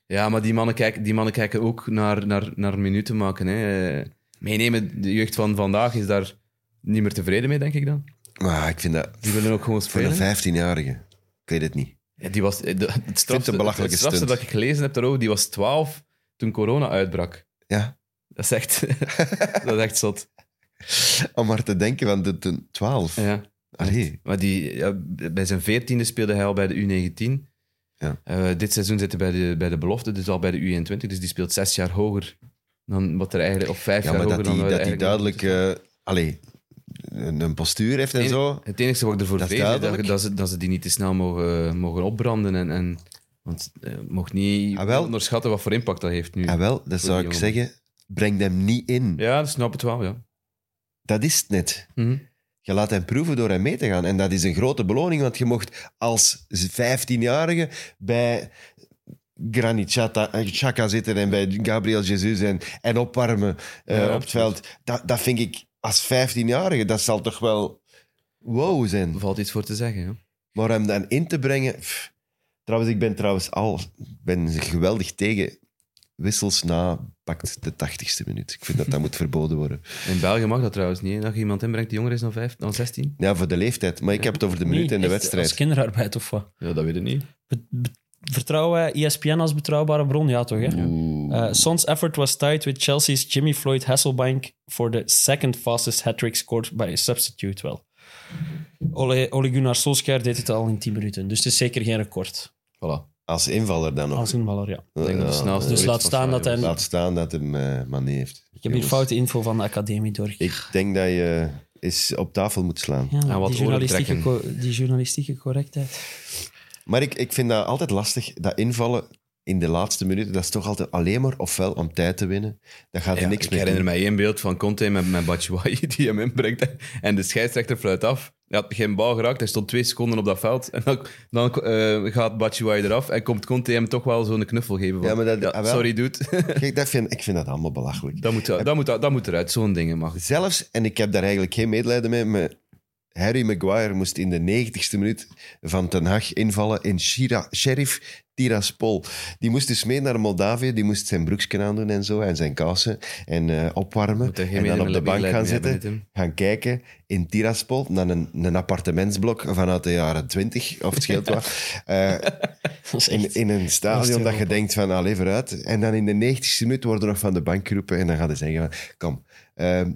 Ja, maar die mannen kijken, die mannen kijken ook naar, naar, naar minuten maken. Hè. Eh, Meenemen, de jeugd van vandaag is daar niet meer tevreden mee, denk ik dan. Maar ik vind dat Die willen ook gewoon voor spelen. een 15-jarige. Ik weet het niet. Ja, die was, eh, de- het strafste, een belachelijke het strafste stunt. dat ik gelezen heb daarover, die was 12 toen corona uitbrak. Ja. Dat is echt, dat is echt zot. Om maar te denken van de, de 12. Ja. Allee. Maar die, ja, bij zijn veertiende speelde hij al bij de U19. Ja. Eh, dit seizoen zit hij bij de, bij de belofte, dus al bij de U21. Dus die speelt zes jaar hoger dan wat er eigenlijk... Of vijf Ja, jaar maar hoger dat hij dan wat er dat die eigenlijk- duidelijk eh, allee, een, een postuur heeft en Het zo. Het enige wat ik ervoor Dat is vrees is dat, duidelijk. dat, ze, dat ze die niet te snel mogen, mogen opbranden. En, en, want eh, mocht niet Ah, wel. onderschatten wat voor impact dat heeft nu. Ah, wel, dat zou ik jongen. zeggen. Breng hem niet in. Ja, dat snap het wel, ja. Dat is het net. Mhm. Je laat hem proeven door hem mee te gaan. En dat is een grote beloning, want je mocht als 15-jarige bij Granit Xhaka- eh, Xhaka zitten en bij Gabriel Jesus en, en opwarmen eh, Ja, op het veld. Dat, dat vind ik als 15-jarige, dat zal toch wel wow zijn. Er valt iets voor te zeggen, ja. Maar hem dan in te brengen. pff. Trouwens, ik ben trouwens al ik ben geweldig tegen wissels na pakt de 80ste minuut. Ik vind dat dat moet verboden worden. In België mag dat trouwens niet, hè, dat je iemand inbrengt die jonger is dan, vijf, dan 16. Ja, voor de leeftijd. Maar ik heb het over de Nee, minuut en de echt, wedstrijd. Als kinderarbeid of wat? Ja, dat weet ik niet. Be- be- Vertrouwen wij E ESPN als betrouwbare bron? Ja, toch? Hè? Uh, Son's effort was tied with Chelsea's Jimmy Floyd Hasselbank for the second fastest hat-trick scored by a substitute. Wel. Ole, Ole Gunnar Solskjaer deed het al in 10 minuten, dus het is zeker geen record. Voilà. Als invaller dan nog. Als invaller, ja. Ik denk dat het Ja, snelste Dus ooit laat van staan dat Sarajevo hij- is. Laat staan dat hem eh Mané heeft. Ik heb hier foute info van de academie doorgegeven. Ik denk dat je eens op tafel moet slaan. Ja, wat die, oren journalistieke trekken. co- die journalistieke correctheid. Maar ik, ik vind dat altijd lastig, dat invallen in de laatste minuten, dat is toch altijd alleen maar ofwel om tijd te winnen. Dat gaat Ja, er niks ik mee herinner doen. mij één beeld van Conte met, met Batshuayi die hem inbrengt. En de scheidsrechter fluit af. Hij had geen bal geraakt, hij stond twee seconden op dat veld. En dan, dan eh, gaat Batshuayi eraf en komt Conte hem toch wel zo'n knuffel geven. Van, Ja, maar dat- ah, wel. sorry, dude. Kijk, dat vind, ik vind dat allemaal belachelijk. dat, moet, dat, moet, dat moet eruit, zo'n dingen mag. Zelfs, en ik heb daar eigenlijk geen medelijden mee, maar Harry Maguire moest in de 90ste minuut van Ten Hag invallen in Shira, Sheriff Tiraspol. Die moest dus mee naar Moldavië, die moest zijn broeksken aandoen en zo, en zijn kousen, en eh, opwarmen. Moet er geen En dan op de medelijden bank mee gaan hebben, zitten, hè, Tim? gaan kijken in Tiraspol, naar een, een appartementsblok vanuit de jaren 20, of het scheelt wat. Eh, Dat is in, echt... in een stadion dat je denkt van, allee, vooruit. En dan in de 90ste minuut worden nog van de bank geroepen en dan gaan ze zeggen van, kom, ehm,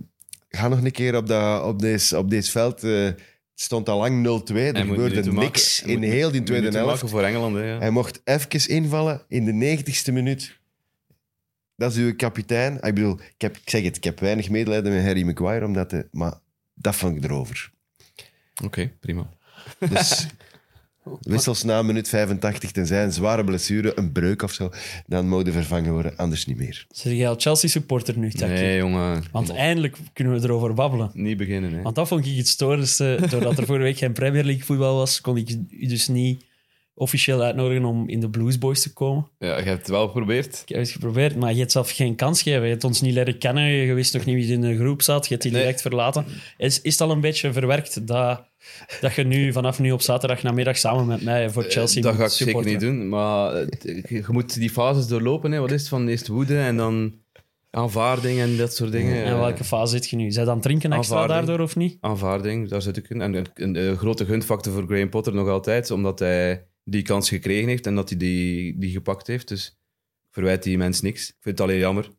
ga nog een keer op, dat, op, deze, op deze veld. eh, het stond al lang 0-2, er Hij moet gebeurde minuten maken. niks Hij in moet heel die tweede minuten helft. maken voor Engeland, hè, ja. Hij mocht even invallen in de 90ste minuut. Dat is uw kapitein. Ah, Ik bedoel, ik, heb, ik zeg het, ik heb weinig medelijden met Harry Maguire, omdat de, maar dat vond ik erover. Oké, prima. Dus wissels na minuut 85, tenzij een zware blessure, een breuk of zo, dan mogen vervangen worden, anders niet meer. Zeg jij al Chelsea-supporter nu, Taki? Nee, jongen. Want eindelijk kunnen we erover babbelen. Niet beginnen, hè. Want dat vond ik het storendste. Doordat er vorige week geen Premier League voetbal was, kon ik u dus niet officieel uitnodigen om in de Blues Boys te komen. Ja, je hebt het wel geprobeerd. Ik heb het geprobeerd, maar je hebt zelf geen kans gegeven. Je hebt ons niet leren kennen, je wist nog niet wie in de groep zat, je hebt die Nee. direct verlaten. Is, is het al een beetje verwerkt dat, dat je nu vanaf nu op zaterdag namiddag samen met mij voor Chelsea Eh, dat moet ga ik zeker supporteren? niet doen, maar het- je je moet die fases doorlopen. Hè. Wat is het van eerst woede en dan aanvaarding en dat soort dingen. En welke fase zit je nu? Zij dan drinken extra Aanvaarding. daardoor of niet? aanvaarding, daar zit ik in. En een, een, eh, grote gunfactor voor Graham Potter nog altijd, omdat hij die kans gekregen heeft en dat hij die, die gepakt heeft. Dus ik verwijt die mens niks. Ik vind het alleen jammer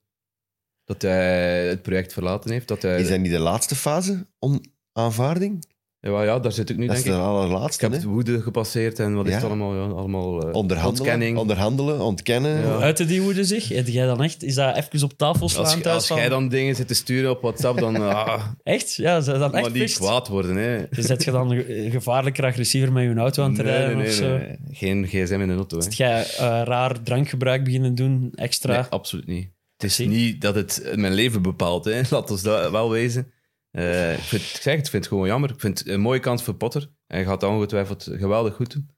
dat hij het project verlaten heeft. Dat hij, Is dat niet de laatste fase, on aanvaarding? ja, ja, daar zit ik nu, Dat is denk de ik. Ik allerlaatste, heb hè? het woede gepasseerd en wat is Ja. het allemaal? Ja, allemaal eh, Onderhandelen, ontkenning. onderhandelen ontkennen. Ja. Uit die woede zich? Heb jij dan echt? Is dat even op tafel slaan Als, je- thuis? als van- jij dan dingen zit te sturen op WhatsApp, dan ah, Echt? Ja, zij dan echt maar die pist? kwaad worden. Hè. Dus zet je dan ge- gevaarlijker, agressiever met je auto aan het Nee, rijden nee, of nee, zo? nee. Geen gsm in de auto. Hè. Dat jij eh, raar drankgebruik beginnen doen, extra. Nee, absoluut niet. Het is Zie. niet dat het mijn leven bepaalt. Hè. Laat ons dat wel wezen. Eh, ik, vind, ik zeg het, ik vind het gewoon jammer. Ik vind het een mooie kans voor Potter. Hij gaat dat ongetwijfeld geweldig goed doen.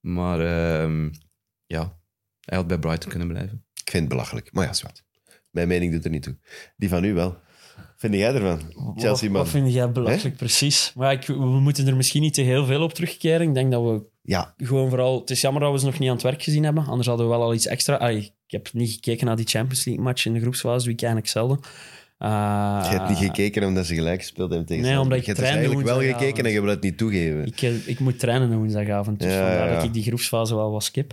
Maar ehm, ja, hij had bij Brighton kunnen blijven. Ik vind het belachelijk. Maar ja, zwart. Mijn mening doet er niet toe. Die van u wel. Vind jij ervan, wat, Chelsea-man? wat vind jij belachelijk, precies? Maar ik, we moeten er misschien niet te heel veel op terugkeren. Ik denk dat we Ja, gewoon vooral... Het is jammer dat we ze nog niet aan het werk gezien hebben. Anders hadden we wel al iets extra... Ai, ik heb niet gekeken naar die Champions League-match in de groepsfase, doe ik eigenlijk zelden. je Eh, hebt Ah. niet gekeken omdat ze gelijk gespeeld hebben tegen Nee, Celtic. omdat ik Je hebt dus trainde eigenlijk wel woensdagavond. gekeken en je wil het niet toegeven. Ik, eh, ik moet trainen woensdagavond, dus Ja, vandaar ja. dat ik die groepsfase wel wat skip.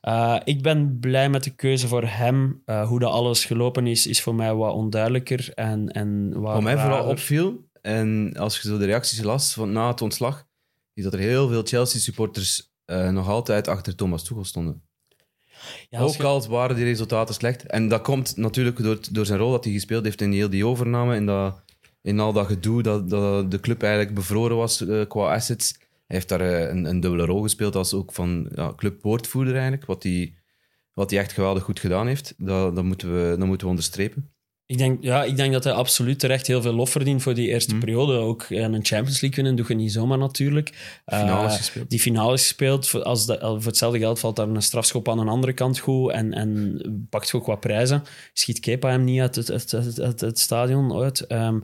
Eh, ik ben blij met de keuze voor hem. Eh, hoe dat alles gelopen is, is voor mij wat onduidelijker. En, en wat Wat mij vooral raarder. opviel, En als je zo de reacties las van na het ontslag, is dat er heel veel Chelsea-supporters eh, nog altijd achter Thomas Tuchel stonden. Ja, als Ook je- al waren die resultaten slecht. En dat komt natuurlijk door, door zijn rol dat hij gespeeld heeft in heel die overname. In, dat, in al dat gedoe dat, dat de club eigenlijk bevroren was eh, qua assets. Hij heeft daar eh, een, een dubbele rol gespeeld als ook van ja, clubwoordvoerder eigenlijk. Wat hij wat hij echt geweldig goed gedaan heeft. Dat, dat, moeten, we, dat moeten we onderstrepen. Ik denk, ja, ik denk dat hij absoluut terecht heel veel lof verdient voor die eerste periode. Ook eh, een Champions League winnen doe je niet zomaar natuurlijk. Finales Eh, gespeeld. Die finale is gespeeld. Voor- Als dat, al- voor hetzelfde geld valt daar een strafschop aan de andere kant goed en, en pakt je ook wat prijzen. Schiet Kepa hem niet uit het, het, het, het, het stadion uit. Ehm,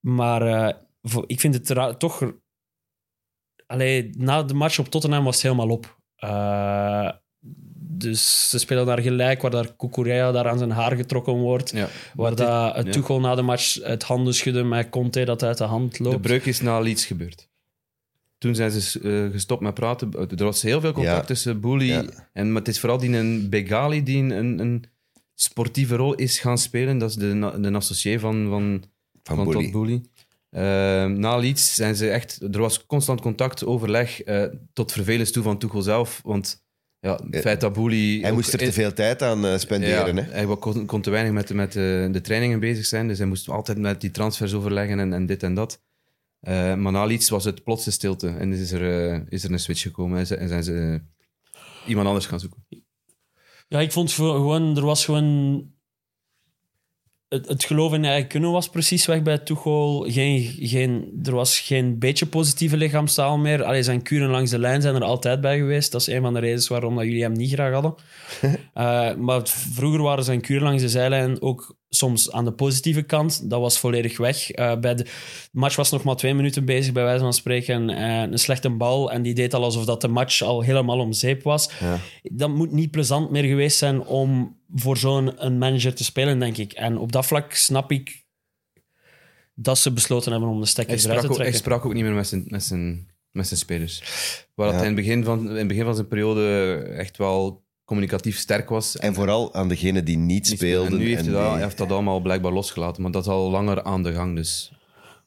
maar eh, voor- ik vind het ra- toch... Allee, na de match op Tottenham was het helemaal op. Eh, dus ze spelen daar gelijk, waar daar Kukurea daar aan zijn haar getrokken wordt. Ja. Waar Maar dat het ja. Tuchel na de match het handen schudden met Conte dat uit de hand De loopt. breuk is na Leeds gebeurd. Toen zijn ze eh, gestopt met praten. Er was heel veel contact Ja. tussen Boeli Ja. en maar het is vooral die een Begali die een- een, een sportieve rol is gaan spelen. Dat is de, na- de associé van, van, Van, van Bully. Todd Boehly. Eh, na Leeds zijn ze echt... Er was constant contact, overleg, eh, tot vervelens toe van Tuchel zelf. Want ja, het Ja. feit dat Boeli... Hij ook moest er in- te veel tijd aan eh, spenderen. hè? ja, Hij kon, kon te weinig met, met eh, de trainingen bezig zijn, dus hij moest altijd met die transfers overleggen en, en dit en dat. Eh, maar na Leeds was het plotse stilte en is er, eh, is er een switch gekomen en, ze- en zijn ze eh, iemand anders gaan zoeken. Ja, ik vond voor- gewoon, er was gewoon. Het, het geloof in eigen kunnen was precies weg bij Tuchel. Geen, geen, er was geen beetje positieve lichaamstaal meer. Allee, zijn kuren langs de lijn zijn er altijd bij geweest. Dat is een van de redenen waarom dat jullie hem niet graag hadden. Eh, maar het- vroeger waren zijn kuren langs de zijlijn ook soms aan de positieve kant. Dat was volledig weg. Eh, bij de, de match was nog maar twee minuten bezig, bij wijze van spreken. Eh, een slechte bal. En die deed al alsof dat de match al helemaal om zeep was. Dat moet niet plezant meer geweest zijn om voor zo'n een manager te spelen, denk ik. En op dat vlak snap ik dat ze besloten hebben om de Hij stekker eruit sprak, te ook, hij trekken. sprak ook niet meer met zijn, met zijn, met zijn spelers. Waar dat Ja. hij in het, begin van, in het begin van zijn periode echt wel communicatief sterk was. En vooral aan degene die niet, niet speelde. speelden. En nu heeft hij, en dat, die- hij heeft dat allemaal blijkbaar losgelaten, maar dat is al langer aan de gang. Dus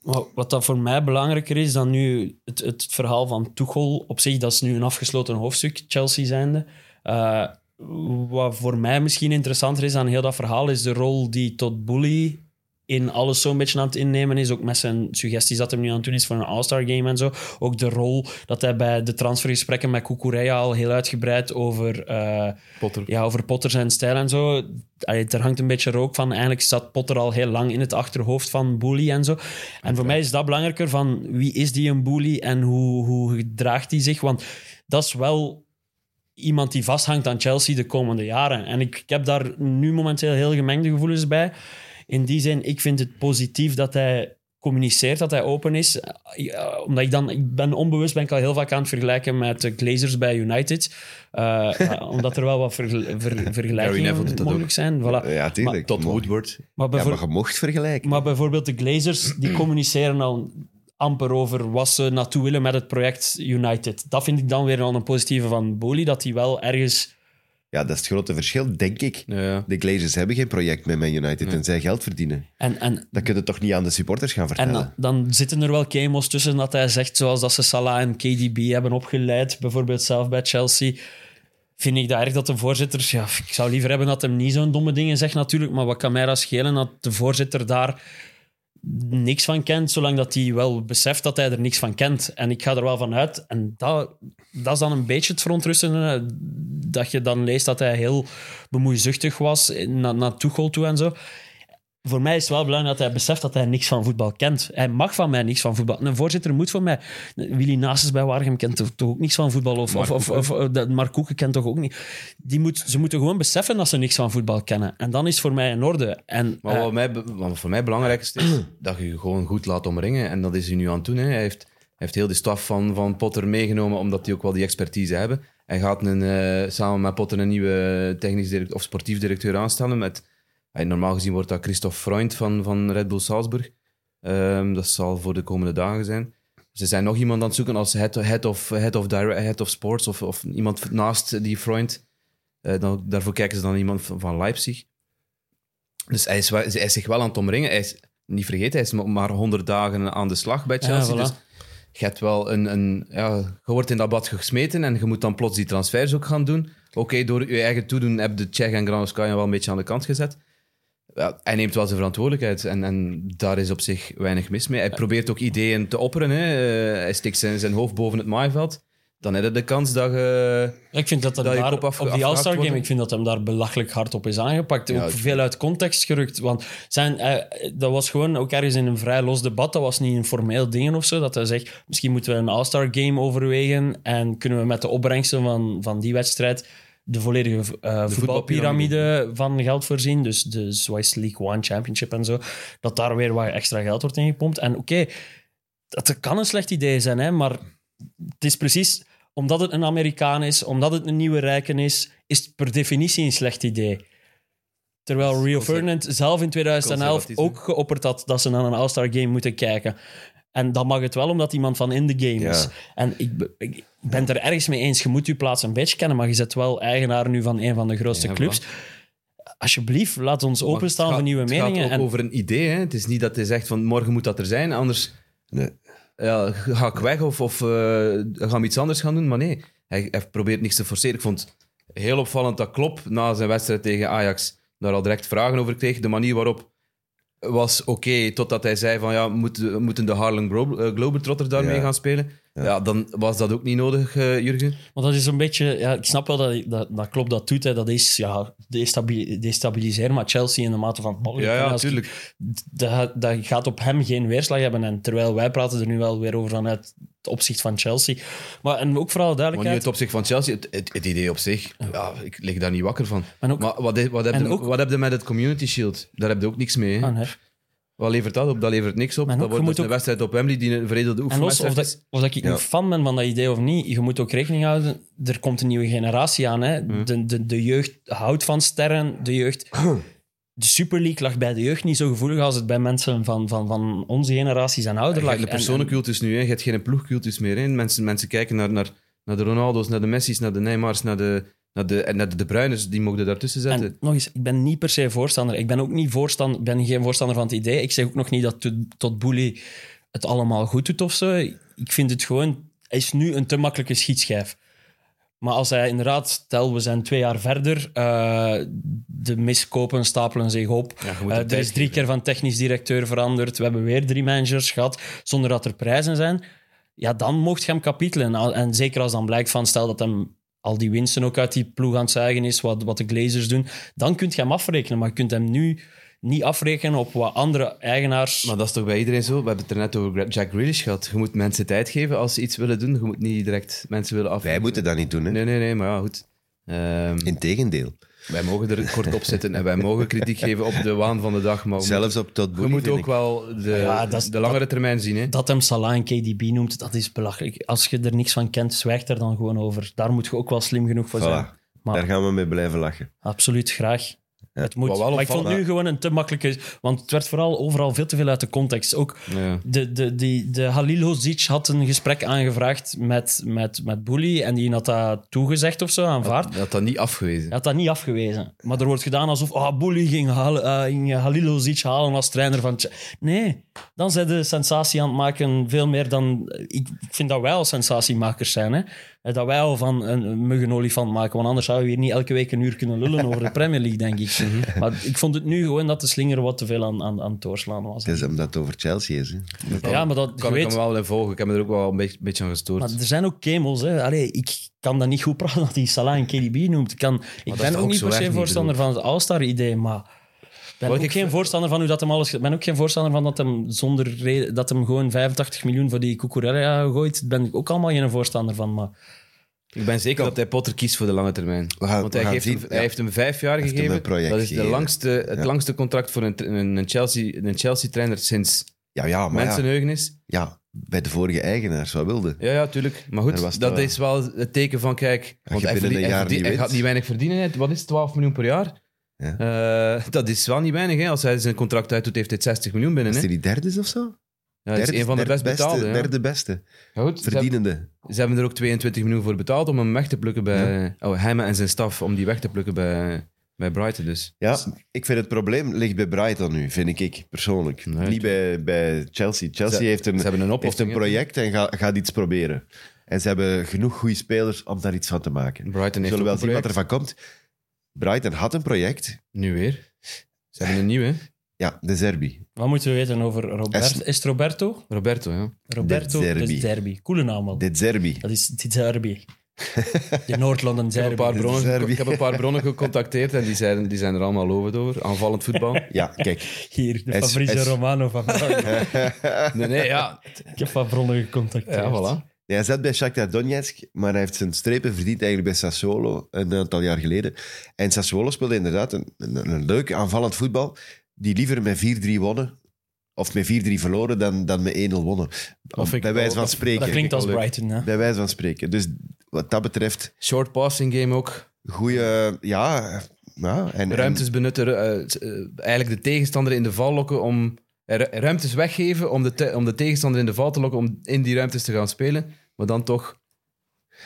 Maar Wat dat voor mij belangrijker is dan nu het, het verhaal van Tuchel op zich, dat is nu een afgesloten hoofdstuk, Chelsea zijnde. Eh, wat voor mij misschien interessanter is aan heel dat verhaal, is de rol die tot Bully in alles zo'n beetje aan het innemen is. Ook met zijn suggesties dat hij nu aan het doen is voor een All-Star game en zo. Ook de rol dat hij bij de transfergesprekken met Kukureya al heel uitgebreid over... eh, Potter. ja, over Potter zijn stijl en zo. Allee, er hangt een beetje rook van. Eigenlijk zat Potter al heel lang in het achterhoofd van Booley en zo. En voor mij is dat belangrijker van wie is die een Booley en hoe, hoe gedraagt hij zich? Want dat is wel iemand die vasthangt aan Chelsea de komende jaren. En ik, ik heb daar nu momenteel heel gemengde gevoelens bij. In die zin, ik vind het positief dat hij communiceert, dat hij open is. Ja, omdat ik dan, ik ben onbewust, ben ik al heel vaak aan het vergelijken met de Glazers bij United. Eh, eh, omdat er wel wat vergel- ver- vergelijkingen Neville doet dat mogelijk ook. zijn. Voilà. Ja, tuurlijk. Tot Mooi. Woodward. Maar, Ja, bijvoor- maar je mocht vergelijken. maar bijvoorbeeld de Glazers, die communiceren al amper over wat ze naartoe willen met het project United. Dat vind ik dan weer al een positieve van Boli, dat hij wel ergens... Ja, dat is het grote verschil, denk ik. Ja. De Glazers hebben geen project met Man United en zij geld verdienen. En, en, Dat kun je toch niet aan de supporters gaan en vertellen? dan, dan zitten er wel chemo's tussen dat hij zegt, zoals dat ze Salah en KDB hebben opgeleid, bijvoorbeeld zelf bij Chelsea. Vind ik dat erg dat de voorzitter... Ja, ik zou liever hebben dat hem niet zo'n domme dingen zegt natuurlijk, maar wat kan mij dat schelen dat de voorzitter daar niks van kent, zolang dat hij wel beseft dat hij er niks van kent. En ik ga er wel van uit. En dat, dat is dan een beetje het verontrustende, eh, dat je dan leest dat hij heel bemoeizuchtig was eh, na, naar Tuchel toe en zo. Voor mij is het wel belangrijk dat hij beseft dat hij niks van voetbal kent. Hij mag van mij niks van voetbal. Een voorzitter moet van mij. Willy Nasus bij Wargem kent toch toch ook niks van voetbal. Of, of, of, of, eh, dat- Mark Koeken kent toch ook niet. Die moet, ze moeten gewoon beseffen dat ze niks van voetbal kennen. En dan is het voor mij in orde. En, Maar eh, wat, mij, be- wat voor mij het belangrijkste is, dat je je gewoon goed laat omringen. En dat is hij nu aan het doen. Hè. Hij, heeft, hij heeft heel de staf van, van Potter meegenomen, omdat die ook wel die expertise hebben. Hij gaat een, eh, samen met Potter een nieuwe technisch directeur, of sportief directeur aanstellen. Met, eh, normaal gezien wordt dat Christophe Freund van, van Red Bull Salzburg. Ehm, dat zal voor de komende dagen zijn. Ze zijn nog iemand aan het zoeken als head, head, of, head, of, direct, head of sports of, of iemand naast die Freund. Eh, dan, daarvoor kijken ze dan iemand van, van Leipzig. Dus hij is, wel, hij is zich wel aan het omringen. Hij is, niet vergeten, hij is maar- maar 100 dagen aan de slag bij Chelsea. voilà. Dus je hebt wel een, een ja, je wordt in dat bad gesmeten en je moet dan plots die transfers ook gaan doen. Oké, door je eigen toedoen heb de Tsjech en Granovskaya wel een beetje aan de kant gezet. Ja, hij neemt wel zijn verantwoordelijkheid en, en daar is op zich weinig mis mee. Hij probeert ook ideeën te opperen. Hè. Eh, hij steekt zijn, zijn hoofd boven het maaiveld. Dan heb je de kans dat je... Ik vind dat, hem Dat je daar, kop afge- op die afgehaakt All-Star wordt. Game, ik vind dat hem daar belachelijk hard op is aangepakt. Ja, ook ik- veel uit context gerukt. Want zijn, eh, dat was gewoon ook ergens in een vrij los debat. Dat was niet een formeel ding of zo. Dat hij zegt, misschien moeten we een All-Star Game overwegen. En kunnen we met de opbrengsten van, van die wedstrijd de volledige eh voetbalpyramide van geld voorzien. Dus de Swiss League One Championship en zo. Dat daar weer wat extra geld wordt ingepompt. En oké, dat kan een slecht idee zijn, hè, maar het is precies omdat het een Amerikaan is, omdat het een nieuwe rijken is, is het per definitie een slecht idee. Terwijl Rio conserv- Ferdinand zelf in 2011 conservatisme. ook geopperd had dat ze naar een All-Star game moeten kijken. En dan mag het wel, omdat iemand van in de game Ja. is. En ik, be- ik ben het er ergens mee eens. Je moet je plaats een beetje kennen, maar je zit wel eigenaar nu van een van de grootste Ja, voilà. clubs. Alsjeblieft, laat ons Maar openstaan het voor gaat- nieuwe Het meningen. gaat ook En over een idee. Hè? Het is niet dat hij zegt van morgen moet dat er zijn, anders Nee. ja, ga ik weg of, of eh, gaan we iets anders gaan doen. Maar nee, hij, hij probeert niks te forceren. Ik vond heel opvallend dat Klopp na zijn wedstrijd tegen Ajax daar al direct vragen over kreeg. De manier waarop was oké, totdat hij zei van ja, moet, moeten de Harlem Glo- eh, Globetrotters daarmee Ja. gaan spelen? Ja. dan was dat ook niet nodig, eh, Jurgen. Want dat is een beetje... Ja, ik snap wel dat, dat, dat klopt dat doet. Hè. Dat is ja, destabi- destabiliseren, maar Chelsea in de mate van... mogelijk. Ja, ja, Als ik- natuurlijk. Dat, dat gaat op hem geen weerslag hebben. En terwijl wij praten er nu wel weer over vanuit het opzicht van Chelsea. Maar en ook Maar vooral niet het duidelijkheid... opzicht van Chelsea, het, het, het idee op zich, ja, ik lig daar niet wakker van. En ook... Maar wat, he- wat, heb En je, ook- wat heb je met het Community Shield? Daar heb je ook niks mee. hè. Ah, nee. Wat levert dat op? Dat levert niks op. Dat En ook, je wordt moet dus een ook- wedstrijd op Wembley die een veredelde En los of, oefenwedstrijd dat, is. of dat ik Ja. een fan ben van dat idee of niet, je moet ook rekening houden, er komt een nieuwe generatie aan. Hè? Mhm. De, de, de jeugd houdt van sterren, de jeugd... De Super League lag bij de jeugd niet zo gevoelig als het bij mensen van, van, van onze generaties en Je ouder lag. hebt een En- en- personencultus nu, hè. je hebt geen ploegcultus meer. Hè. Mensen, mensen kijken naar, naar, naar de Ronaldo's, naar de Messi's, naar de Neymar's, naar de, naar de, en naar de De Bruyne's. Die mogen daartussen zetten. En nog eens, ik ben niet per se voorstander. Ik ben ook niet voorstander, ik ben geen voorstander van het idee. Ik zeg ook nog niet dat to- tot Boeli het allemaal goed doet of zo. Ik vind het gewoon, hij is nu een te makkelijke schietschijf. Maar als hij inderdaad, stel we zijn twee jaar verder, eh, de miskopen stapelen zich op. Ja, je moet Eh, het er is tijd drie geven. keer van technisch directeur veranderd. We hebben weer drie managers gehad, zonder dat er prijzen zijn. Ja, dan mocht je hem kapitelen. Al- En zeker als dan blijkt van, stel dat hem al die winsten ook uit die ploeg aan het zuigen is, wat, wat de Glazers doen, dan kunt je hem afrekenen. Maar je kunt hem nu niet afrekenen op wat andere eigenaars... Maar dat is toch bij iedereen zo? We hebben het er net over Gra- Jack Grealish gehad. Je moet mensen tijd geven als ze iets willen doen. Je moet niet direct mensen willen af. Wij moeten dat niet doen, hè? Nee, nee, nee, maar ja, goed. Ehm, Integendeel. Wij mogen er kort op zitten en wij mogen kritiek geven op de waan van de dag. Maar we Zelfs op tot Je moet ook wel de, Ja, dat is- de langere termijn zien. Hè? dat hem Salah en KDB noemt, dat is belachelijk. Als je er niks van kent, zwijg er dan gewoon over. Daar moet je ook wel slim genoeg voor zijn. Maar- Daar gaan we mee blijven lachen. Absoluut, graag. Ja, Het moet. wat wel Maar ik vond opvallend- nu gewoon een te makkelijke... Want het werd vooral overal veel te veel uit de context. Ook Ja. de, de, die, de Halil Hodzic had een gesprek aangevraagd met, met, met Boeli en die had dat toegezegd of zo, aanvaard. Dat dat niet afgewezen. Hij had dat niet afgewezen. Maar er wordt gedaan alsof ah, Boeli ging, halen, eh, ging Halil Hodzic halen als trainer van... Ch- Nee, dan zijn de sensatie aan het maken veel meer dan... Ik, ik vind dat wij al sensatiemakers zijn. Hè? Eh, Dat wij al van een een mug een olifant maken. Want anders zouden we hier niet elke week een uur kunnen lullen over de Premier League, denk ik. Maar ik vond het nu gewoon dat de slinger wat te veel aan, aan, aan het doorslaan was. Het is omdat het over Chelsea is. Hè. Ja, maar dat, kan je ik weet, hem wel in volgen. Ik heb me er ook wel een beetje, beetje aan gestoord. Maar er zijn ook kemels. Hè. Allee, ik kan dat niet goed praten dat hij Salah en KDB noemt. Ik, kan, ik is ben toch ook, ook niet zo per erg se niet, voorstander van het All-Star-idee, maar... Ik ben Wat ook ik- geen voorstander van hoe dat hem alles... Ik ben ook geen voorstander van dat hem zonder reden... Dat hem gewoon 85 miljoen voor die Cucurella gooit. Daar ben ik ook allemaal geen voorstander van, maar... ik ben zeker dat hij Potter kiest voor de lange termijn. We gaan- Want we hij, gaan geeft, zien, hem- ja. hij heeft hem vijf jaar heeft hem gegeven. een project dat is de gegeven. langste, het Ja. langste contract voor een, tra- een, een Chelsea- een Chelsea-trainer sinds Ja, ja, maar ja. mensenheugenis. ja, bij de vorige eigenaars, wat wilde. Ja. ja, tuurlijk. Maar Er goed, was dat wel- is wel het teken van, kijk... Want je binnen hij, verdient- een hij, jaar verdient- niet hij gaat wint. niet weinig verdienen. hè. Wat is het, 12 miljoen per jaar? Eh, dat is wel niet weinig. Hè. Als hij zijn contract uitdoet, heeft hij 60 miljoen binnen. Is Hè. hij die derde is of zo? Ja, dat is een van de derde best beste, betaalde. ja. Derde beste. Ja, goed, ze hebben- Verdienende. Ze hebben er ook 22 miljoen voor betaald om hem weg te plukken bij... Oh, hem en zijn staf, om die weg te plukken bij, bij Bij Brighton dus. Ja, ik vind het probleem ligt bij Brighton nu, vind ik, ik persoonlijk. Nee, Niet bij, bij Chelsea. Chelsea Ze- heeft, een, ze hebben een heeft oplossing, een hè? project en gaat, gaat iets proberen. En ze hebben genoeg goede spelers om daar iets van te maken. Brighton We heeft zullen wel ook een zien wat project. ervan komt. Brighton had een project. Nu weer. Ze hebben een nieuwe. Ja, de Zerbi. Wat moeten we weten over Is- Robert? Is het Roberto? Roberto, ja. Roberto De Zerbi. de Zerbi. Coole naam, man. De Zerbi. Dat is de Zerbi. De Noord-London Ik heb, een paar Zerbi. bronnen, Zerbi. ge- ik heb een paar bronnen gecontacteerd en die, zeiden, die zijn er allemaal lovend over. Aanvallend voetbal. Ja, kijk. Hier, de Hij is- Fabrizio hij is- Romano van België. Nee, nee, ja. Ik heb van bronnen gecontacteerd. Ja, voilà. Ja, Hij zat bij Shakhtar Donetsk, maar hij heeft zijn strepen verdiend eigenlijk bij Sassuolo een aantal jaar geleden. En Sassuolo speelde inderdaad een, een, een leuk aanvallend voetbal, die liever met 4-3 wonnen, of met 4-3 verloren, dan, dan met 1-0 wonnen. Om- vind Bij ik wel- wijze van dat- spreken. Dat klinkt als wel leuk. Brighton, hè. Bij wijze van spreken. Dus wat dat betreft, Short passing game ook. goede... Ja, ja en, en- Ruimtes benutten. eh, t- eh, eigenlijk de tegenstander in de val lokken om... ru- Ruimtes weggeven om de, te- om de tegenstander in de val te lokken om in die ruimtes te gaan spelen. Maar dan toch...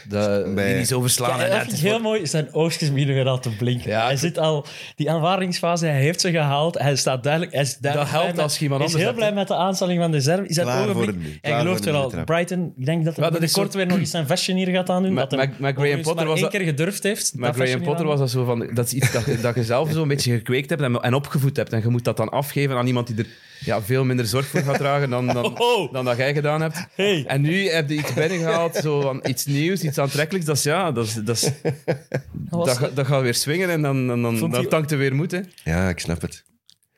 De, Bij- linies overslaan. Ja, en dat het Ah, vind is ik wat- heel mooi. Zijn oogjes beginnen weer al te blinken. Ja, hij ik- zit al... Die aanvaardingsfase, hij heeft ze gehaald. Hij staat duidelijk... Hij is duidelijk helpt blij met- als je iemand hij is anders heel blij met de aanstelling van de Zerbi. Zijn Klaar ogen voor blinken. het nu. Hij Klaar gelooft voor er het al. nu, Brighton, ik denk dat hij Ja, dat is binnenkort weer nog eens zijn fashion hier gaat aandoen. Maar- dat hij maar- maar Graham overigens Potter maar was één dat- keer gedurfd heeft. Maar dat Graham fashion Potter hier was dat zo van... Dat is iets dat, je- dat je zelf zo'n beetje gekweekt hebt en, en opgevoed hebt. En je moet dat dan afgeven aan iemand die er ja, veel minder zorg voor gaat dragen dan, dan, Oh. dan dat jij gedaan hebt. Hey. En nu heb je iets binnengehaald, zo van iets nieuws, iets aantrekkelijks. Dat is, ja, dat, is, dat, is, was- dat, ga- dat gaat weer swingen en dan, dan, dan, Vond dan die- tankt er weer moed. Hè. Ja, ik snap het.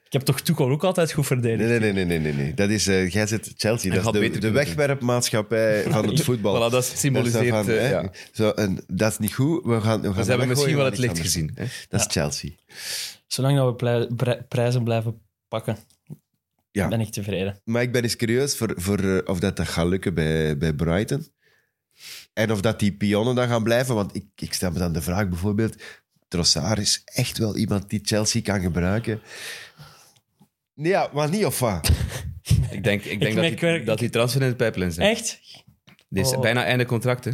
Ik heb toch Tuchel ook altijd goed verdedigd. Nee, nee, nee, nee, nee. nee, nee. Dat is, eh, jij zit Chelsea, dat had is de, beter de kunnen wegwerpmaatschappij van het voetbal. Voilà, dat symboliseert... dus Dat is eh, daarvan, ja. hè. Zo, en dat is niet goed. We gaan, we gaan dat Dus ze weggooien, hebben misschien wel maar het licht niks gezien. hè. anders. Dat is Chelsea. Zolang dat we plei- pri- prijzen blijven pakken, Ja. ben ik tevreden. Maar ik ben eens curieus voor, voor, eh, of dat, dat gaat lukken bij, bij Brighton. En of dat die pionnen dan gaan blijven. Want ik, ik stel me dan de vraag bijvoorbeeld... Trossard is echt wel iemand die Chelsea kan gebruiken. Ja, maar niet of wat? Ik denk, ik denk merk dat, wel- die, dat die transfer in de pijplijn zijn. Echt? Die is Oh. bijna einde contract, hè.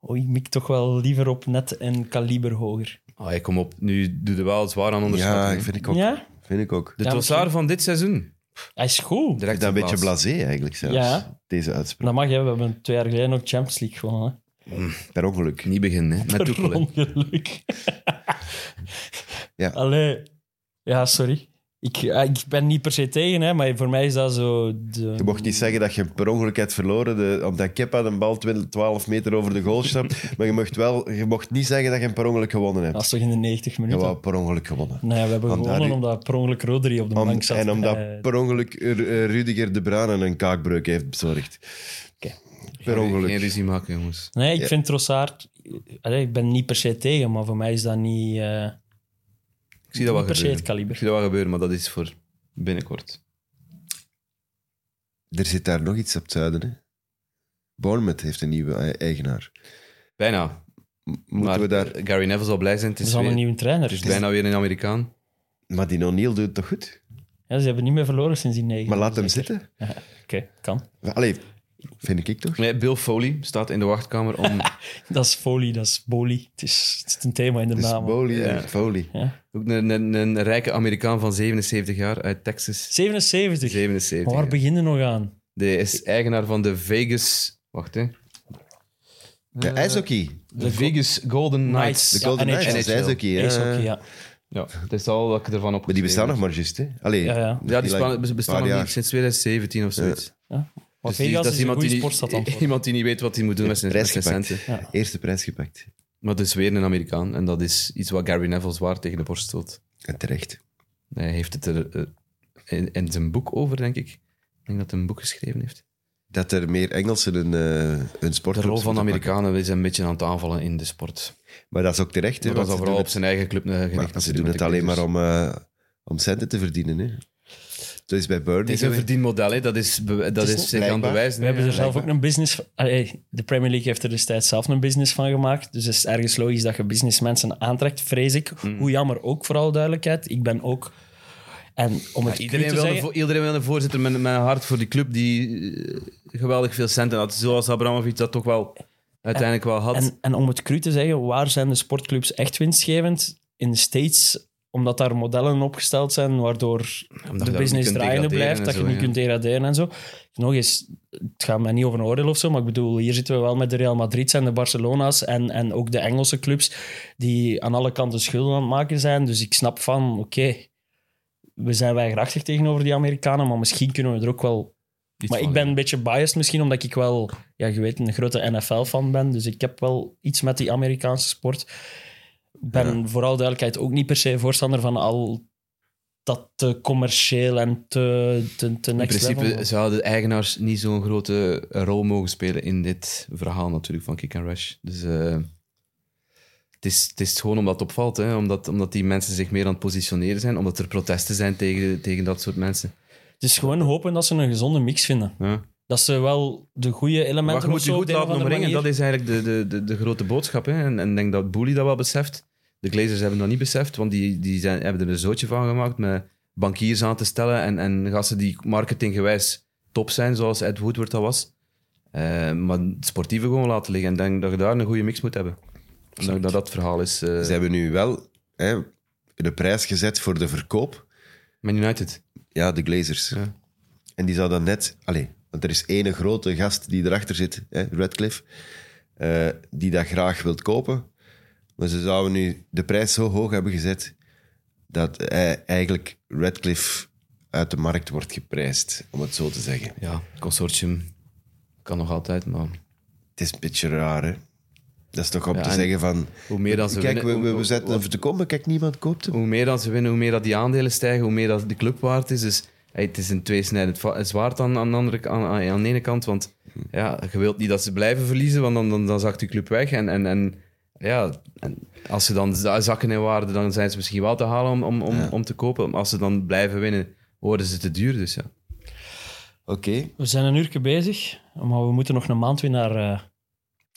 Oh, ik mik toch wel liever op net en kaliber hoger. Ah, kom op, nu doe je wel zwaar aan onderschatten. Ja, hè. ik vind ik ook. Ja? Vind ik ook. De Ja, Trossard misschien. van dit seizoen. Hij is goed. Ik Direct ben een op beetje plaats. blasé eigenlijk zelfs. Ja. Deze uitspraak. Dat mag, hè. we hebben twee jaar geleden ook Champions League gewonnen. Per ongeluk. Niet beginnen, hè. Hè. Met Tuchel, Per hè. ongeluk. Ja. Allee. Ja, sorry. Ik, eh, ik ben niet per se tegen, hè, maar voor mij is dat zo... De... Je mocht niet zeggen dat je per ongeluk hebt verloren de, omdat Kepa een bal 20 12 meter over de goal stapt. maar je mocht, wel, je mocht niet zeggen dat je per ongeluk gewonnen hebt. Dat is toch in de 90 Je minuten? wou per ongeluk gewonnen. Nee, we hebben Want gewonnen daar- omdat per ongeluk Rodri op de Om- bank zat. en omdat Eh, per ongeluk Ru- eh, Rudiger de Bruyne een kaakbreuk heeft bezorgd. Oké. Per Geen ongeluk. ruzie maken, jongens. Nee, ik Ja. vind Trossard... Allee, ik ben niet per se tegen, maar voor mij is dat niet, eh, Ik zie dat wel niet per se gebeuren. het kaliber. Ik zie dat wel gebeuren, maar dat is voor binnenkort. Er zit daar nog iets op het zuiden. Hè? Bournemouth heeft een nieuwe e- eigenaar. Bijna. M- Moeten maar we daar... Gary Neville zal blij zijn. Het Er is, is al een weer- nieuwe trainer. het is bijna weer een Amerikaan. Maar die O'Neill doet het toch goed? Ja, ze hebben niet meer verloren sinds die negen. Maar laat hem Zeker. zitten. Ja, Oké, kan. Allee, vind ik toch? Nee, Bill Foley staat in de wachtkamer om... Dat is folie, dat is bolie. Het is, het is een thema in de Dus naam. Foley, eh, Foley. ook een, een, een rijke Amerikaan van 77 jaar uit Texas. 77. Maar 77. waar ja. beginnen nog aan? Die is eigenaar van de Vegas... Wacht, hè. De ijshockey. De Vegas Golden Knights. De Ja, Golden NHL. Knights, dat is ijshockey. hè. Is hockey, ja. Ja, het is al dat ik ervan op. Maar die bestaan nog maar juist, hè? Allee, Ja, ja. Ja, lijkt die span- een be- paar bestaan nog jaar. niet sinds 2017 of zoiets. Maar Dus die- Vegas is, een iemand goede die, sportstad dan. iemand die niet weet wat hij moet doen met zijn, met Prijs zijn gepakt. centen. Ja. Eerste prijs gepakt. Maar dus weer een Amerikaan. En dat is iets wat Gary Neville zwaar tegen de borst stoot. En terecht. Hij heeft het er eh, in, in zijn boek over, denk ik. Ik denk dat hij een boek geschreven heeft. Dat er meer Engelsen een, eh een De sport rol van de Amerikanen is een beetje aan het aanvallen in de sport. Maar dat is ook terecht, hè? Maar dat Want is ze vooral doen op het, zijn eigen club eh, gericht. maar ze natuurlijk doen met het dus. de alleen maar Blazers. om, eh, om centen te verdienen, hè? Dat is bij Burnley. Het is een geweest. verdienmodel, hè. dat is, bewe- dat is is zich aan blijkbaar. bewijzen. We hè. hebben er zelf ook een business van... allee, de Premier League heeft er destijds zelf een business van gemaakt. Dus het is ergens logisch dat je businessmensen aantrekt, vrees ik. Hmm. Hoe jammer ook, vooral duidelijkheid. Ik ben ook... En om het cru Iedereen te wil, een, zeggen... vo- iedereen wil een voorzitter met, met een hart voor die club die eh, geweldig veel centen had. Zoals Abramovic dat toch wel uiteindelijk wel had. En, en om het cru te zeggen, waar zijn de sportclubs echt winstgevend? In de States omdat daar modellen opgesteld zijn waardoor Omdat je de dat niet business kunt degraderen draaiende blijft, en dat je zo, niet ja. kunt degraderen en zo. Nog eens, het gaat mij niet over een oordeel of zo, maar ik bedoel, hier zitten we wel met de Real Madrid's en de Barcelona's en, en ook de Engelse clubs die aan alle kanten schulden aan het maken zijn. Dus ik snap van, oké, we zijn weigerachtig tegenover die Amerikanen, maar misschien kunnen we er ook wel... maar ik ben een beetje biased misschien, omdat ik wel, ja, je weet, een grote NFL-fan ben. Dus ik heb wel iets met die Amerikaanse sport. Ik ben vooral duidelijkheid ook niet per se voorstander van al dat te commercieel en te, te, te In next principe level. zouden eigenaars niet zo'n grote rol mogen spelen in dit verhaal natuurlijk van Kick and Rush. Dus eh, het, is, het is gewoon omdat het opvalt, hè? Omdat, omdat die mensen zich meer aan het positioneren zijn, omdat er protesten zijn tegen, tegen dat soort mensen. Het is gewoon hopen dat ze een gezonde mix vinden. Ja. Dat ze wel de goede Maar je elementen of moet je zo op goed de een of laten andere omringen, manier... dat is eigenlijk de, de, de, de grote boodschap. Hè? En en ik denk dat Boelie dat wel beseft. De Glazers hebben dat niet beseft, want die, die zijn, hebben er een zootje van gemaakt met bankiers aan te stellen en, en gasten die marketinggewijs top zijn, zoals Ed Woodward dat was. Eh, maar het sportieve gewoon laten liggen. En ik denk dat je daar een goede mix moet hebben. Ik denk dat dat het verhaal is eh, Ze hebben nu wel hè, de prijs gezet voor de verkoop. Man United. Ja, de Glazers. Ja. En die zou dan net... Allee, want er is ene grote gast die erachter zit, hè, Redcliffe, eh, die dat graag wil kopen. Maar ze zouden nu de prijs zo hoog hebben gezet dat hij eigenlijk Redcliffe uit de markt wordt geprijsd, om het zo te zeggen. Ja, consortium kan nog altijd, maar Het is een beetje raar, hè? Dat is toch om Ja, te en zeggen van... hoe meer dan ze Kijk, we, winnen- Oh, we, hoe- we zetten hem te komen, kijk, niemand koopt hem. hoe meer dat ze winnen, hoe meer dat die aandelen stijgen, hoe meer dat de club waard is. Dus hey, het is een tweesnijdend va- zwaard aan, aan, de andere, k- aan, aan- aan de ene kant. Want ja, je wilt niet dat ze blijven verliezen, want dan, dan, dan zakt die club weg. En, en, en ja, en als ze dan za- zakken in waarde, dan zijn ze misschien wel te halen om, om, om, om te kopen. Maar als ze dan blijven winnen, worden ze te duur. Dus ja. Oké. We zijn een uurtje bezig, maar we moeten nog een maand weer naar... eh,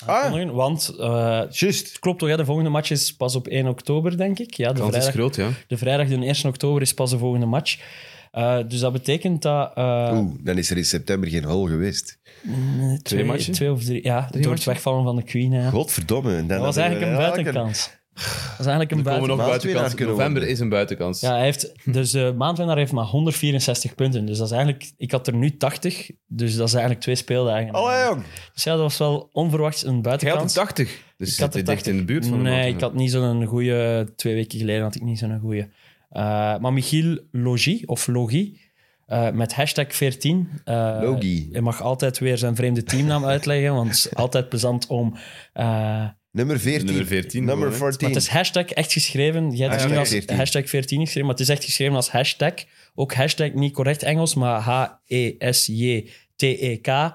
Ah. aankondigen, Want eh, Juist. het klopt toch, hè, de volgende match is pas op 1 oktober, denk ik. Ja, de kans is vrijdag, groot, ja. de vrijdag, de 1 oktober, is pas de volgende match. Eh, dus dat betekent dat... eh, Oeh, dan is er in september geen hol geweest. twee, matchen? Twee of drie, ja, door het matchen? wegvallen van de Queen. Ja. Godverdomme. En dan Dat was hadden we eigenlijk een elke- buitenkans. Dat is eigenlijk een Er komen buitenkans. nog maand weer naar buitenkans. kunnen November worden. is een buitenkans. Ja, hij heeft, dus de maandwinnaar heeft maar 164 punten. Dus dat is eigenlijk... Ik had er nu 80, dus dat zijn eigenlijk twee speeldagen. Allee, Oh, jong. Dus ja, dat was wel onverwachts een Oh, Jij had een buitenkans. 80, dus Ik zit had je dicht er 80. in de buurt van de Nee, maand. ik had niet zo'n goede... Twee weken geleden had ik niet zo'n goede. Eh, maar Michiel Logie, of Logie, eh, met hashtag 14. eh, Logie. Je mag altijd weer zijn vreemde teamnaam uitleggen, want het is altijd plezant om... eh, Nummer 14. Nummer 14 Nummer gewoon, hè. 14. Maar het is hashtag echt geschreven. Jij hebt het nu Hashtag als 14. hashtag 14 geschreven, maar het is echt geschreven als hashtag. Ook hashtag niet correct Engels, maar H-E-S-J-T-E-K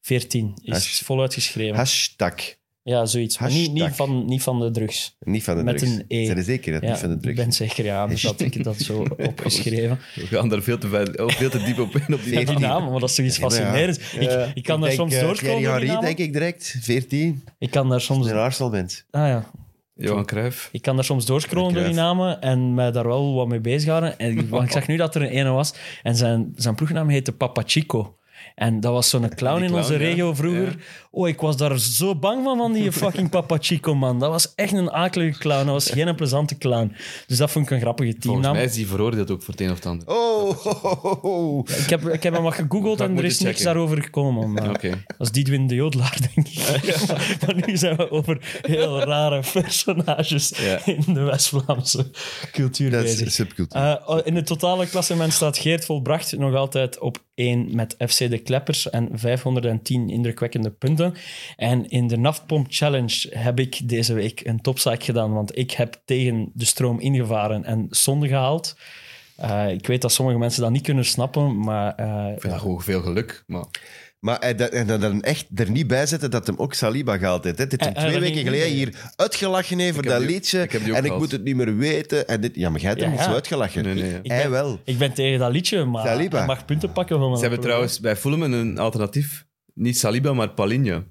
14 is Hash- voluit geschreven. Hashtag. ja, zoiets. Maar niet, Hashtag. niet, van, niet van de drugs. Niet van de Met drugs. een E. Zijn er zeker dat Ja, niet van de ik drugs? ben zeker, ja, anders had ik dat zo opgeschreven. We gaan daar veel te, ver- oh, veel te diep op in op die Ja, die naam, want dat is zoiets maar ja. fascinerends. Eh, ik, ik kan daar denk, soms eh, doorkomen. Thierry door Henry, die namen. denk ik direct. 14. Ik kan daar soms. Een Arsenal bent. Ah ja, Johan Cruijff. Ik kan daar soms doorscrollen door die namen en mij daar wel wat mee bezighouden. En, ik- want ik zag nu dat er een ene was en zijn, zijn ploegnaam heette Papa Chico. En dat was zo'n clown in clown, onze ja. regio vroeger. Oh, ik was daar zo bang van, van die fucking Papa Chico, man. Dat was echt een akelige clown. Dat was geen plezante clown. Dus dat vond ik een grappige Volgens teamnaam. mij is die veroordeeld ook voor het een of het ander. Oh, ho, ho, ho. Ik heb, ik heb hem wat gegoogeld Dat en er moet is je niks checken. daarover gekomen. Maar Oké. Dat is Diedwin de Jodelaar, denk ik. maar, maar nu zijn we over heel rare personages Ja. in de West-Vlaamse cultuur Dat bezig. is subcultuur. Eh, in het totale klassement staat Geert Volbracht nog altijd op 1 met FC De Kleppers en 510 indrukwekkende punten. En in de Naftpomp Challenge heb ik deze week een topzaak gedaan, want ik heb tegen de stroom ingevaren en zonde gehaald. Eh, ik weet dat sommige mensen dat niet kunnen snappen, maar eh, Ik vind dat gewoon veel geluk. Maar Oh, Maar hij, dat, en dat dan echt er niet bij zetten dat hem ook Saliba gehaald heeft. hè. Dit hem Eh, eh, twee dat weken ging geleden niet. hier uitgelachen heeft voor heb dat die ook- liedje. ik heb die ook en ik gehaald. moet het niet meer weten. En dit, ja, maar jij hebt hem Ja, niet zo ja. uitgelachen. Nee, nee, ja. Hij wel. ik ben tegen dat liedje, maar Saliba. hij mag punten pakken van mijn ze hebben ploeg. trouwens bij Fulham een alternatief. Niet Saliba, maar Palinha.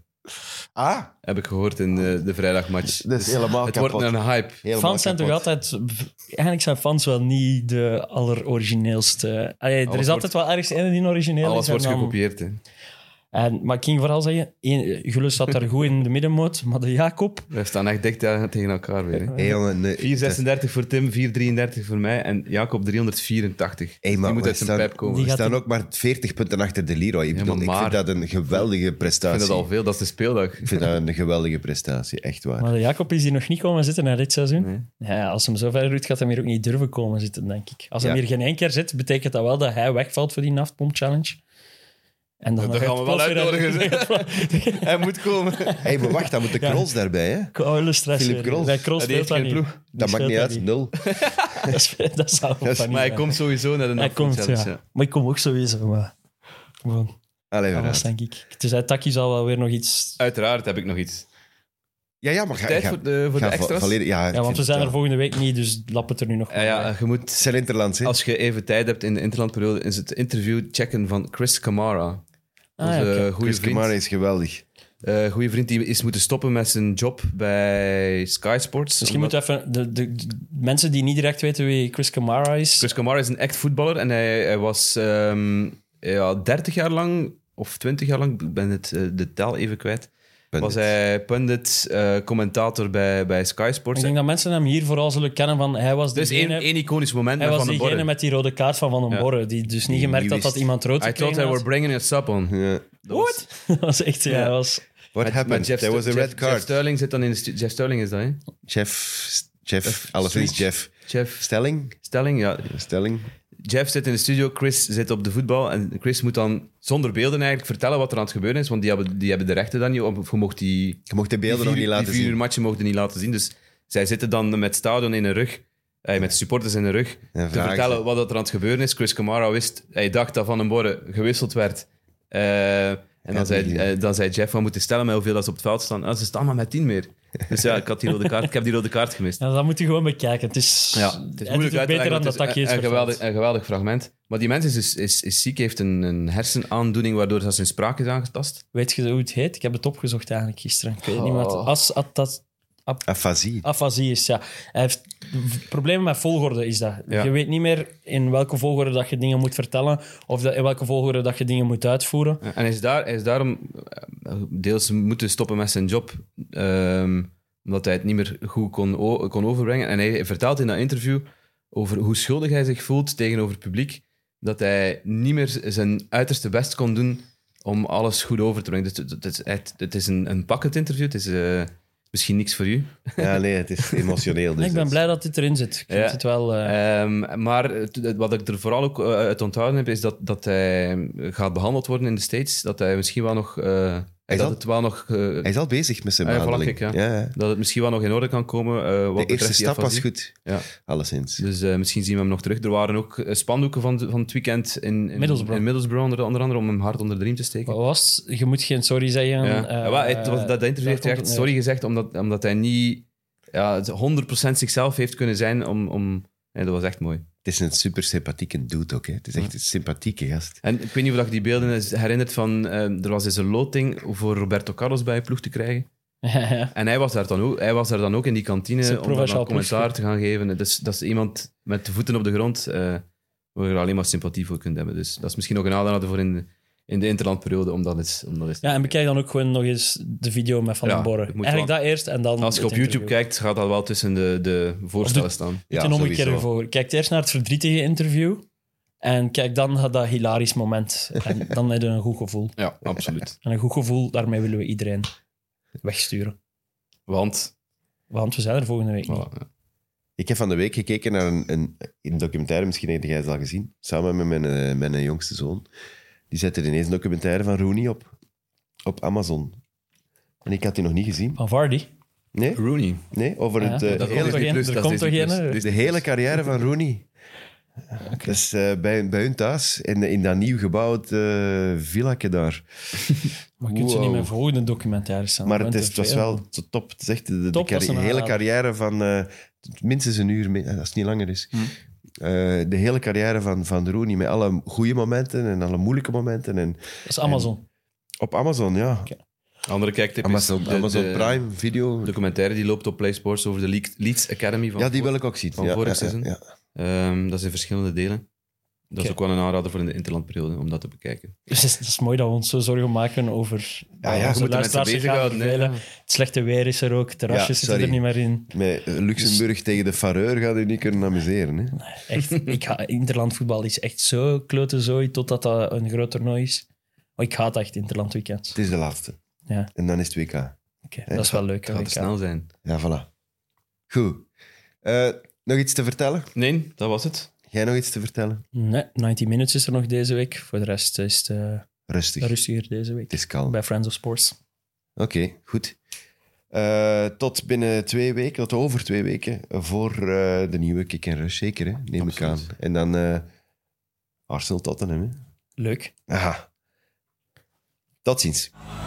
Ah, Heb ik gehoord in de, de vrijdagmatch. dat is helemaal Het Dus- kapot. wordt een hype. Helemaal Fans zijn toch kapot. altijd... Eigenlijk zijn fans wel niet de allerorigineelste... Allee, er Alles is altijd wel ergens één die origineel Alles is. en wordt dan- gekopieerd. Hè. En, maar ik ging vooral zeggen, één, Gullit staat daar goed in de middenmoot, maar de Jacob... We staan echt dik tegen tegen elkaar weer. hè. Hey, jongen, nee, 4,36 voor Tim, 4,33 voor mij en Jacob 384. Hey, maar die moet we uit zijn staan- pijp komen. Die We gaat staan hem- ook maar 40 punten achter de Leroy. Ik, bedoel, maar ik vind maar- dat een geweldige Ik prestatie. vind dat al veel, dat is de speeldag. Ik vind dat een geweldige prestatie, echt waar. Maar de Jacob is hier nog niet komen zitten na dit seizoen. Nee. Ja, als hem zo verder doet, gaat hij hier ook niet durven komen zitten, denk ik. Als hij Ja. hier geen één keer zit, betekent dat wel dat hij wegvalt voor die naftpomp-challenge. En dan Dat gaan we wel uitnodigen, Hij moet komen. Hey, maar wacht, dan moet de Ja. Krols daarbij, hè? Koule stress. Philip weer. Krols. Bij Krols Ja, die speelt heeft dat geen ploeg. niet. Die Dat maakt speelt niet uit, niet. nul. Dat, is- dat zou is- van niet Maar hij zijn. komt sowieso naar de Hij komt, nachtchallenge. ja. Maar ik kom ook sowieso, maar... Gewoon, Allee, alles, vooruit. denk ik. Tenzij Taki zal wel weer nog iets... Uiteraard heb ik nog iets. Ja, ja, maar ga, Tijd ga- voor de, voor ga de vo- extra's. volledig- ja, ik Ja, want vind we het zijn wel. er volgende week niet, dus lap het er nu nog Ja, maar bij. ja, je moet Het zijn Interlands, hè? Als je even tijd hebt in de interlandperiode, is het interview checken van Chris Kamara. Ah, ja, Onze oké. goede Chris vriend. Kamara is geweldig. Eh, goede vriend die is moeten stoppen met zijn job bij Sky Sports. Misschien Omdat- moeten we even... De, de, de mensen die niet direct weten wie Chris Kamara is... Chris Kamara is een echt voetballer en hij, hij was ehm, ja, 30 jaar lang of 20 jaar lang, ik ben het, eh, de tel even kwijt, Pundit. was hij pundit, eh, commentator bij, bij Sky Sports. Ik denk dat mensen hem hier vooral zullen kennen van hij was Er is één, degene, één iconisch moment met hij was Van den diegene Borre. met die rode kaart van Van den Ja. Borre, die dus niet gemerkt Die had dat wist- iemand rood I thought gekregen they had. were bringing us up on. Ja. Dat was- Dat was echt, ja, Ja. hij was... What Met- happened? met Jeff, There was a Jeff- red Jeff card. Jeff, Sterling zit dan in de stu- Jeff Sterling is dat, hè? Jeff, Jeff alles is Switch. Jeff. Jeff Stelling? Sterling, ja. Stelling? Jeff zit in de studio, Chris zit op de voetbal. En Chris moet dan zonder beelden eigenlijk vertellen wat er aan het gebeuren is. Want die hebben, die hebben de rechten dan niet. op- Of je mocht die, Je mocht de beelden die nog vier, niet laten die vier uur zien. matchen mochten niet laten zien. Dus zij zitten dan met stadion in hun rug, eh, met supporters in hun rug, te vragen vertellen ze. wat er aan het gebeuren is. Chris Kamara wist, hij dacht dat Van den Borre gewisseld werd. Eh, en dan zei, die- eh, dan zei Jeff, we moeten stellen met hoeveel dat ze op het veld staan. Ah, ze staan maar met tien meer. Dus ja, ik, had die rode kaart, ik heb die rode kaart gemist. Ja, dat moet je gewoon bekijken. Het is, Ja, het is hij doet moeilijk het uit te beter leggen. dan want dat het takje is is een, een, geweldig, verteld. een geweldig fragment. Maar die mens is, dus- is, is ziek, heeft een, een hersenaandoening waardoor dat zijn spraak is aangetast. Weet je hoe het heet? Ik heb het opgezocht eigenlijk gisteren. Ik weet niet wat... Oh. As, at, dat- Ah, Afasie. afasie is, ja. Hij heeft problemen met volgorde, is dat. Ja. Je weet niet meer in welke volgorde dat je dingen moet vertellen of dat, in welke volgorde dat je dingen moet uitvoeren. En hij is, daar, hij is daarom eh, deels moeten stoppen met zijn job, ehm, omdat hij het niet meer goed kon, o- kon overbrengen. En hij vertelt in dat interview over hoe schuldig hij zich voelt tegenover het publiek, dat hij niet meer z- zijn uiterste best kon doen om alles goed over te brengen. Dus het- het is, het, het is een, een pakkend interview, het is eh, misschien niks voor u. Ja, nee, het is emotioneel. Dus ik ben dat- blij dat dit erin zit. Ik vind Ja. het wel... eh, Ehm, maar het- het- wat ik er vooral ook eh, uit onthouden heb, is dat, dat hij gaat behandeld worden in de States. Dat hij misschien wel nog. eh, dat zal- het wel nog. eh, Hij is al bezig met zijn Ah, ja, voilà, behandeling. kijk, ja. ja. dat het misschien wel nog in orde kan komen. eh, wat De eerste betreft die stap was afasie. goed, Ja. alleszins. Dus eh, misschien zien we hem nog terug. Er waren ook eh, spandoeken van, van het weekend in, in Middlesbrough. in Middlesbrough, onder, onder andere, om hem hard onder de riem te steken. Wat was het? Je moet geen sorry zeggen. ja. eh, Ja, wel, het was- dat, dat daar interview heeft hij komt echt het neer. sorry gezegd, omdat, omdat hij niet ja, het 100% zichzelf heeft kunnen zijn. Om, om, ja, dat was echt mooi. Het is een super sympathieke dude ook. Hè. Het is echt een sympathieke gast. En ik weet niet of je die beelden eens herinnert van... ehm, er was eens een loting voor Roberto Carlos bij een ploeg te krijgen. Ja, ja. En hij was daar dan ook, hij was daar dan ook in die Het is kantine een om daar provinciaal dan commentaar te gaan geven. Dus, dat is iemand met de voeten op de grond eh waar je er alleen maar sympathie voor kunt hebben. Dus dat is misschien ook een aanrader voor in de, in de interlandperiode. Om dat eens, om dat eens te ja, en bekijk dan ook gewoon nog eens de video met Van den Ja, Borre. het moet Eigenlijk dat eerst en dan. Als je het op YouTube interview. kijkt, gaat dat wel tussen de, de voorstellen staan. Doe Ja, het een omgekeerde sowieso. voor. Kijk eerst naar het verdrietige interview. En kijk dan naar dat hilarisch moment. En dan heb je een goed gevoel. Ja, absoluut. En een goed gevoel, daarmee willen we iedereen wegsturen. Want... Want we zijn er volgende week niet. voilà, ja. Ik heb van de week gekeken naar een, een, een documentaire, misschien heb jij het al gezien, samen met mijn, eh, mijn jongste zoon. Die zette ineens een documentaire van Rooney op, op Amazon. En ik had die nog niet gezien. Van Vardy. Nee, Rooney. nee over Ah Ja, het, eh, dat is hele, toch Disney geen- Plus, er dat komt is toch Disney geen, eh? Plus. hè? de hele carrière van Rooney. Dat is eh, bij, bij hun thuis, in, in dat nieuw gebouwd eh villakje daar. Maar kun je Wow. niet meer volgende documentaires zijn. Maar Dat het, bent is, te het was veel. wel t- top. Het is echt de, de Top was carri- een hele aanrader. carrière van eh, minstens een uur, mi- als het niet langer is. Hmm. Eh, de hele carrière van, van Rooney met alle goede momenten en alle moeilijke momenten. En Dat is Amazon. op Amazon, ja. Andere kijktip is Amazon, de- Amazon de Prime Video. documentaire die loopt op Play Sports over de Le- Leeds Academy. Van ja, die wil ik ook zien. van ja, vorig ja, seizoen. ja, Ehm, dat is in verschillende delen. Dat is ook wel een aanrader voor in de interlandperiode om dat te bekijken. Dus het is, het is mooi dat we ons zo zorgen maken over eh, Ja, ja, onze je moet de luisteraars mensen zich gaan bezighouden, hè. vervelen. Het slechte weer is er ook, terrasjes Ja, zitten er sorry. niet meer in. Met eh, Luxemburg Dus- tegen de Fareur gaat u niet kunnen amuseren. Hè? Echt, ik ga, interlandvoetbal is echt zo klote zooi totdat dat een groot toernooi is. Maar ik haat echt interland weekend. Het is de laatste. Ja. En dan is het WK. dat is wel leuk. Het gaat te WK. snel zijn. Ja, voilà. Goed. Eh, nog iets te vertellen? Nee, dat was het. Jij nog iets te vertellen? Nee, 90 Minutes is er nog deze week. Voor de rest is het eh, Rustig. rustiger deze week. Het is kalm. Bij Friends of Sports. Oké, goed. Eh, tot binnen twee weken, tot over twee weken, voor eh, de nieuwe Kick en Rush, zeker, hè? neem ik aan. Absoluut. En dan eh Arsenal Tottenham. Hè? Leuk. Aha. Tot ziens.